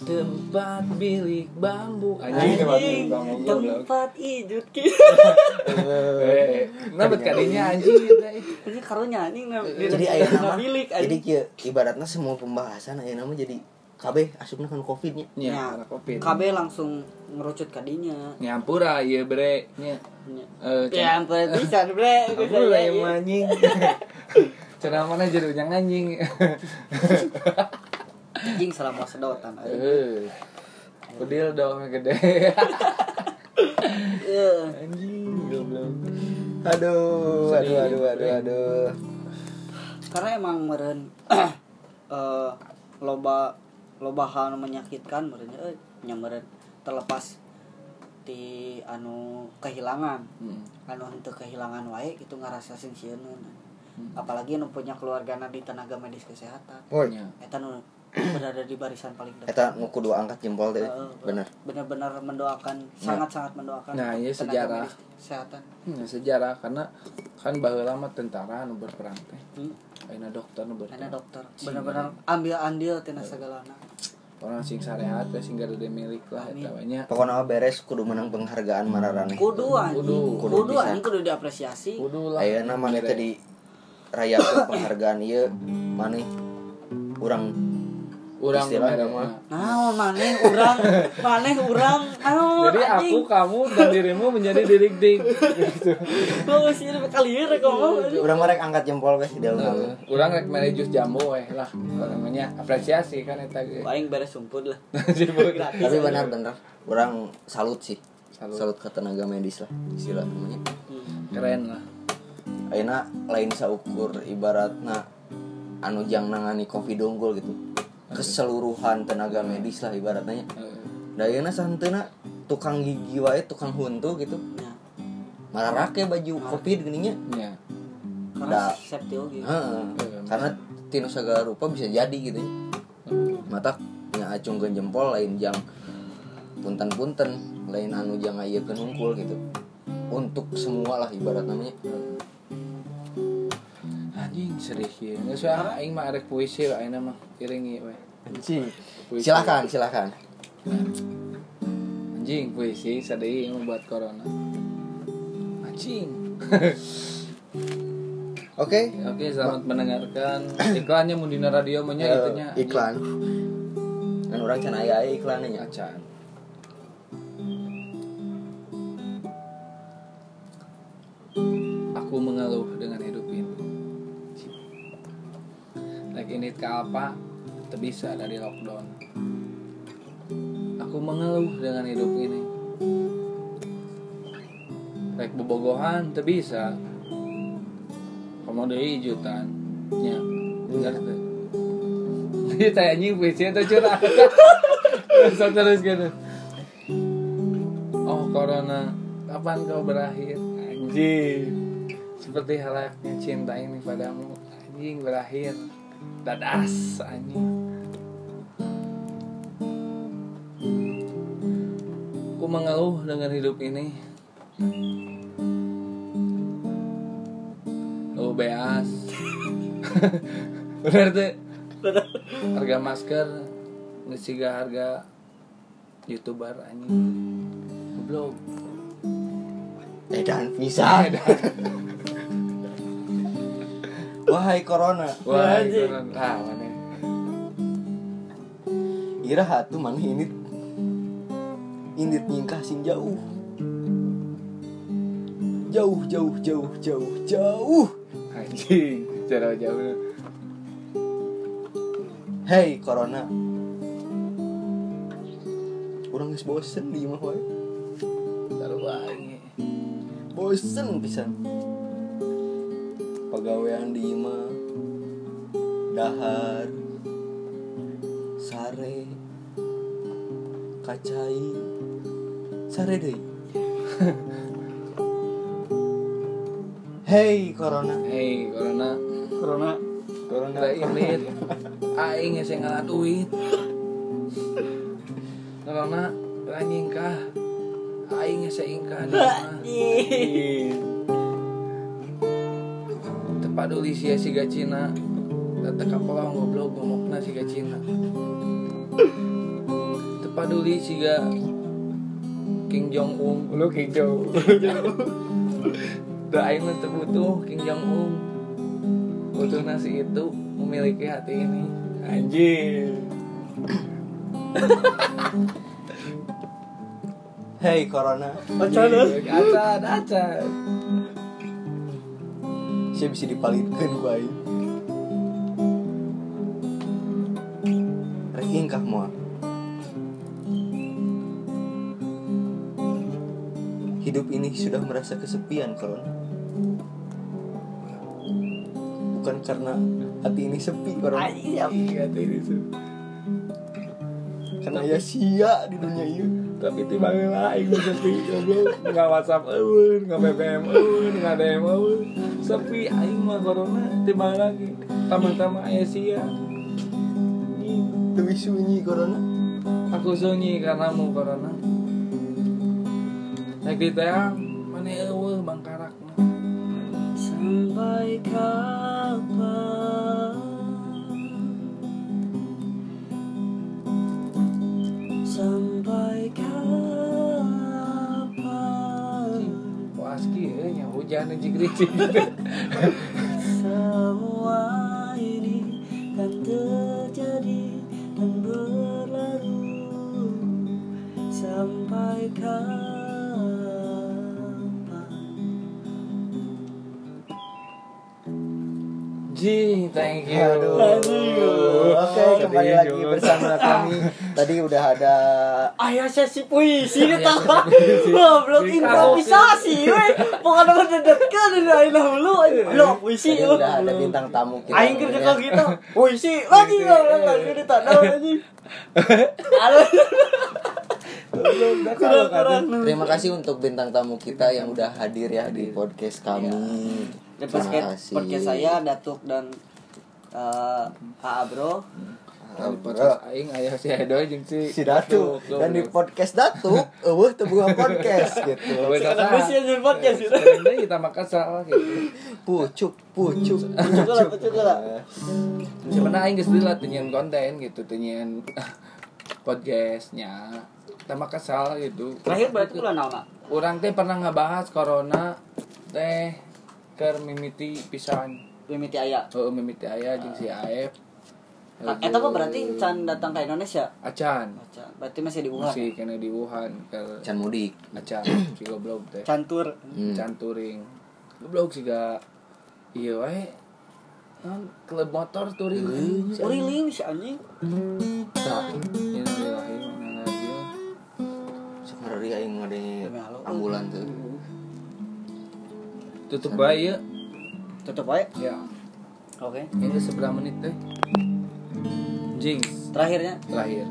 Speaker 1: tempat bilik bambu anjing tempat bilik
Speaker 2: anjing
Speaker 1: bambu goblok
Speaker 2: tempat ijut ki
Speaker 1: Eh, nah bet kadinya anjing eta ih.
Speaker 2: ini karo
Speaker 1: Eh,
Speaker 2: nyanyi na- di
Speaker 4: jadi ayah
Speaker 2: na
Speaker 4: nama
Speaker 2: bilik
Speaker 4: jadi
Speaker 2: anjing
Speaker 4: kieu ibaratnya semua pembahasan ayah nama jadi KB asupna kan covidnya
Speaker 1: nya
Speaker 2: Nya.
Speaker 1: anak Iya, covid
Speaker 2: Nah, KB langsung ngerucut kadinya
Speaker 1: nyampura ieu bre nya Eh,
Speaker 2: ya ampun bisa bre bisa
Speaker 1: Ampun lah
Speaker 2: ya,
Speaker 1: yang
Speaker 2: iya.
Speaker 1: anjing *laughs* Cara mana jadi ujang anjing *laughs*
Speaker 2: anjing salah mau sedotan anjing.
Speaker 1: Eh, Udil dong gede
Speaker 2: Eh,
Speaker 1: Anjing goblok
Speaker 4: aduh aduh
Speaker 1: Sedih,
Speaker 4: aduh aduh aduh
Speaker 2: karena emang meren *coughs* eh, loba loba hal nu menyakitkan meren eh, nya meureun terlepas di anu kehilangan
Speaker 1: Hmm.
Speaker 2: anu henteu kehilangan wae itu ngerasa sing sieunun
Speaker 1: Hmm.
Speaker 2: apalagi anu punya keluarga di tenaga medis kesehatan
Speaker 4: woi
Speaker 1: Nya.
Speaker 2: eta nu *coughs* berada di barisan paling depan
Speaker 4: eta mau kudu angkat jempol teh
Speaker 2: Heeh.
Speaker 4: bener
Speaker 2: Eh, benar-benar mendoakan sangat-sangat mendoakan
Speaker 1: Nah,
Speaker 2: untuk
Speaker 1: iya
Speaker 2: tenaga
Speaker 1: sejarah.
Speaker 2: medis kesehatan
Speaker 1: Hmm, sejarah karena kan baheula mah tentara anu berperang teh.
Speaker 2: hmm.
Speaker 1: Ayeuna dokter nu
Speaker 2: karena
Speaker 1: berperang.
Speaker 2: dokter benar-benar ambil andil tina segalana
Speaker 1: Orang sing sarehat teh sing gak ada milik lah
Speaker 2: Amin.
Speaker 1: eta we nya.
Speaker 4: pokoknya beres kudu menang penghargaan mararaneh
Speaker 2: kudu anjing
Speaker 1: Kudu.
Speaker 2: kudu
Speaker 4: Kudu
Speaker 2: anjing kudu diapresiasi
Speaker 1: Kudu lah.
Speaker 4: Ayo nama
Speaker 1: Gede.
Speaker 4: tadi rayakan penghargaan iya mana kurang
Speaker 1: urang
Speaker 4: istilah
Speaker 1: mere
Speaker 4: mah.
Speaker 1: mah.
Speaker 2: Nah, maneh urang, maneh
Speaker 1: *laughs*
Speaker 2: urang. Naon
Speaker 1: Jadi aku, kamu, dan dirimu menjadi dirik dik.
Speaker 2: lu usir kali ieu rek ngomong. anjing.
Speaker 4: kurang mereka angkat jempol guys di dalam kamu
Speaker 1: Urang rek mere jus jambu weh lah. Apa namanya apresiasi kan eta ge. *laughs*
Speaker 2: Aing beres sumpud lah.
Speaker 1: Sibuk.
Speaker 2: Gratis.
Speaker 4: tapi benar benar kurang salut sih
Speaker 1: Salut.
Speaker 4: salut. ke tenaga medis lah istilah namanya
Speaker 2: Hmm.
Speaker 1: Keren lah.
Speaker 4: Aina lain saukur ibaratna anu jang nangani covid unggul gitu keseluruhan tenaga medis lah ibaratnya dayana santena tukang gigi wae tukang huntu gitu
Speaker 2: Nah,
Speaker 4: malah rake baju covid gini nya
Speaker 1: Ya.
Speaker 2: karena
Speaker 4: Da.
Speaker 2: safety oge.
Speaker 4: Heeh. karena tino segala rupa bisa jadi gitu ya. mata nya acung ke jempol lain jang punten punten lain anu jang aya kenungkul gitu untuk semua lah ibarat namanya
Speaker 1: Anjing sedih ya. Nggak suara aing mah arek puisi lah aina mah iringi weh. Puisi.
Speaker 4: silahkan silahkan
Speaker 1: Anjing puisi sedih yang buat corona. Anjing. *laughs*
Speaker 4: oke
Speaker 1: Oke, selamat mendengarkan iklannya Mundina Radio menya
Speaker 4: Eh,
Speaker 1: Ya, itunya. iya. anjing.
Speaker 4: iklan kan orang can aya aya iklannya ya. nya.
Speaker 1: Acaan. Aku mengeluh dengan hidup ini. Like ini ke apa? Tak bisa dari lockdown. Aku mengeluh dengan hidup ini. Like bobogohan tak bisa. Kamu dari jutaan. Ya, bener tuh. *laughs* Dia tanya anjing puisinya tuh curang. *laughs* Terus terus gitu. Oh corona, kapan kau berakhir? Anjing. Seperti halaknya cinta ini padamu, anjing berakhir. Dadas anjing. Aku mengeluh dengan hidup ini. Oh beas. *laughs* Bener tuh harga masker ngesiga harga youtuber anjing goblok
Speaker 4: eh dan
Speaker 1: *laughs*
Speaker 4: bisa wahai corona
Speaker 1: wah
Speaker 2: Anjing.
Speaker 1: kurang ah mana
Speaker 4: ira hatu mana ini ini nyingkah sing jauh jauh jauh jauh jauh jauh
Speaker 1: anjing cara jauh
Speaker 4: hey corona orang geus bosen di imah wae
Speaker 1: taruh wangi
Speaker 4: bosen pisan pagawean di imah dahar sare kacai sare deh *laughs* Hey corona
Speaker 1: Hei, corona.
Speaker 5: Corona
Speaker 1: Corona irit. Aing geus ngalah duit. Corona anjing kah. Aing geus ingkah di rumah. Iya. Tepaduli sia ya si gacina. Tata kapolong goblok gomokna si gacina. Tepaduli siga King Jong Un, lu King Jong. Da aing mah teu butuh King Jong Un. Butuhna si itu memiliki hati ini. Anjir.
Speaker 4: Hey corona
Speaker 1: Iya, Acan, acan.
Speaker 4: Saya bisa dipalitkan ku aing Rek ingkah moal Hidup ini sudah merasa kesepian corona Bukan karena hati ini sepi corona
Speaker 1: Iya, hati ini tuh.
Speaker 4: Karena ya sia di dunia ini
Speaker 1: Tapi ti bangun aing mah sepi goblok. Enggak WhatsApp eueun, enggak BBM eueun, enggak DM eueun. Sepi aing mah corona timbang lagi. Tambah-tambah aya sia.
Speaker 4: Lebih sunyi corona
Speaker 1: Aku sunyi karenamu corona. ah, Nek di teang mana eueuh bangkarak.
Speaker 2: Sampai kapan Sampai kapan
Speaker 1: Waski euy eh, nya hujan jeung gerici gitu.
Speaker 2: Semua ini kan terjadi dan berlalu Sampai kapan
Speaker 1: Ji, thank you.
Speaker 5: Aduh. Oke, kembali
Speaker 1: Oh, Sedih,
Speaker 5: lagi
Speaker 1: Jun.
Speaker 5: bersama kami. Tadi udah ada
Speaker 2: Ayah sesi puisi
Speaker 1: Aya
Speaker 2: kita
Speaker 1: sesi
Speaker 2: *laughs*
Speaker 1: puisi.
Speaker 2: Goblok
Speaker 1: Jadi
Speaker 2: improvisasi we Pokoknya mah dedekan ini Aina dulu Goblok puisi
Speaker 5: tadi
Speaker 2: we.
Speaker 5: udah ada bintang tamu kita.
Speaker 2: Aing kerja
Speaker 4: ya.
Speaker 2: kok gitu Puisi lagi goblok lagi ditandang lagi Kurang-kurang
Speaker 4: Terima kasih untuk bintang tamu kita yang udah hadir ya di podcast kami
Speaker 5: Dan
Speaker 4: Terima
Speaker 5: podcast,
Speaker 4: kasih.
Speaker 5: podcast saya Datuk dan eh Kak Abro
Speaker 1: Podcast aing aya si Edoy jeung si
Speaker 5: si Datuk dan di podcast Datuk eueuh teu buka podcast gitu.
Speaker 2: Sekarang gue sih anjir podcast gitu
Speaker 1: "Ah, Sebenarnya kita makan salah gitu.
Speaker 5: Pucuk, pucuk.
Speaker 2: Cukup lah cukup lah
Speaker 1: Sebenarnya aing geus dilat tenyeun konten gitu, tenyeun *laughs* podcastnya. Kita makan salah gitu.
Speaker 2: Terakhir berarti bulan nama
Speaker 1: Orang teh pernah ngebahas corona teh keur mimiti pisan.
Speaker 2: Mimiti Ayah
Speaker 1: Heuh mimiti aya jeung si Aep.
Speaker 2: Eta apa berarti Can datang ke Indonesia
Speaker 1: Acan.
Speaker 2: Acan. Berarti masih di Wuhan
Speaker 1: Si kena di Wuhan ke
Speaker 4: Can mudik
Speaker 1: acan si goblok teh.
Speaker 2: Cantur
Speaker 4: Hmm.
Speaker 1: can touring goblok sih gak iya wae Naon, klub motor touring Iya,
Speaker 2: Uriling si anjing
Speaker 1: Tah, innalillahi wa inna ilaihi raji'un.
Speaker 4: sebenarnya aing ngade
Speaker 2: Halo.
Speaker 4: ambulan tuh
Speaker 1: tutup bae ya
Speaker 2: Tutup aja
Speaker 1: ya
Speaker 2: Oke
Speaker 1: ini seberapa menit teh jinx
Speaker 2: Terakhirnya
Speaker 1: terakhir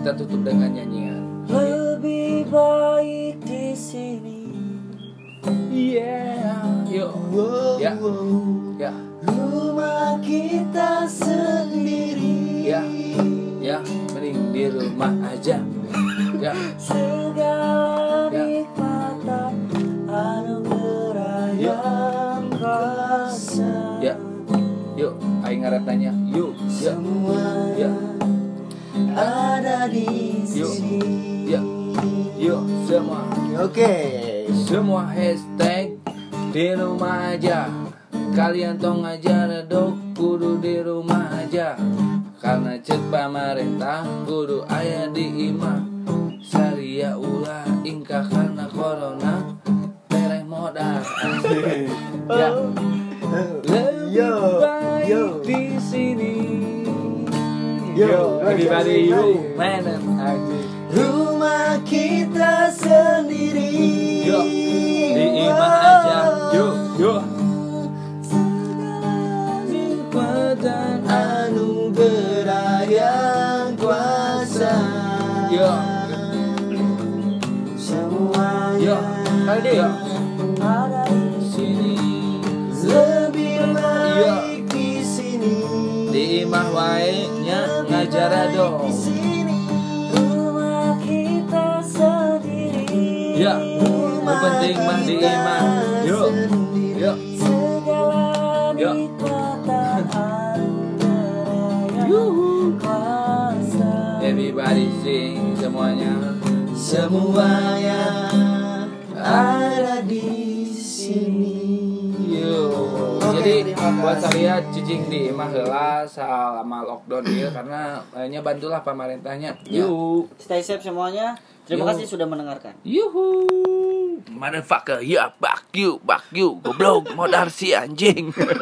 Speaker 1: kita tutup dengan nyanyian
Speaker 2: Lebih baik di sini.
Speaker 1: iya yuk ya ya
Speaker 2: Rumah kita sendiri.
Speaker 1: ya ya mending di rumah aja ya
Speaker 2: Segala
Speaker 1: Ya.
Speaker 2: nikmatan anugerah
Speaker 1: Ya.
Speaker 2: yang kuasa.
Speaker 1: ya yuk aing ngaret nanya yuk ya ya
Speaker 2: Ada di
Speaker 1: Yuk.
Speaker 2: sini.
Speaker 1: ya yuk semua
Speaker 5: Oke.
Speaker 1: Semua hashtag di rumah aja Kalian tong aja redok kudu di rumah aja Karena cek pemerintah kudu ayah di imah Saria ulah ingkah karena corona Tereh modal ya. Lebih
Speaker 5: Yo,
Speaker 1: baik
Speaker 5: yo.
Speaker 1: di sini
Speaker 5: Yo,
Speaker 1: everybody
Speaker 5: yo.
Speaker 1: you man and I.
Speaker 5: Rumah kita sendiri.
Speaker 1: Yo, di imah aja. Yo, yo. Nikmatan
Speaker 5: anu
Speaker 1: Iya.
Speaker 6: Semuanya
Speaker 1: Iya. Kali deh ya.
Speaker 2: Ada di
Speaker 1: Sini
Speaker 6: lebih
Speaker 1: Iya.
Speaker 6: baik di sini.
Speaker 1: di imah wae nya ngajar dong.
Speaker 2: rumah kita sendiri
Speaker 1: Iya. Nu penting mah di imah. Yuk. Yuk.
Speaker 2: Segala
Speaker 1: Ya.
Speaker 2: di kota Yuhu Kuasa
Speaker 1: Everybody sing semuanya.
Speaker 6: Semuanya ada di sini.
Speaker 1: Yuk.
Speaker 6: Oke,
Speaker 1: Jadi
Speaker 6: terima
Speaker 1: buat
Speaker 6: kasih.
Speaker 1: saya cicing di imah heula selama lockdown ieu karena eh, nya bantulah pemerintahnya. Yuk.
Speaker 2: Stay safe semuanya Terima
Speaker 1: Yo.
Speaker 2: kasih sudah mendengarkan
Speaker 1: Yuhu. Motherfucker, ya, fuck you, fuck you, goblok, modal si anjing. *laughs*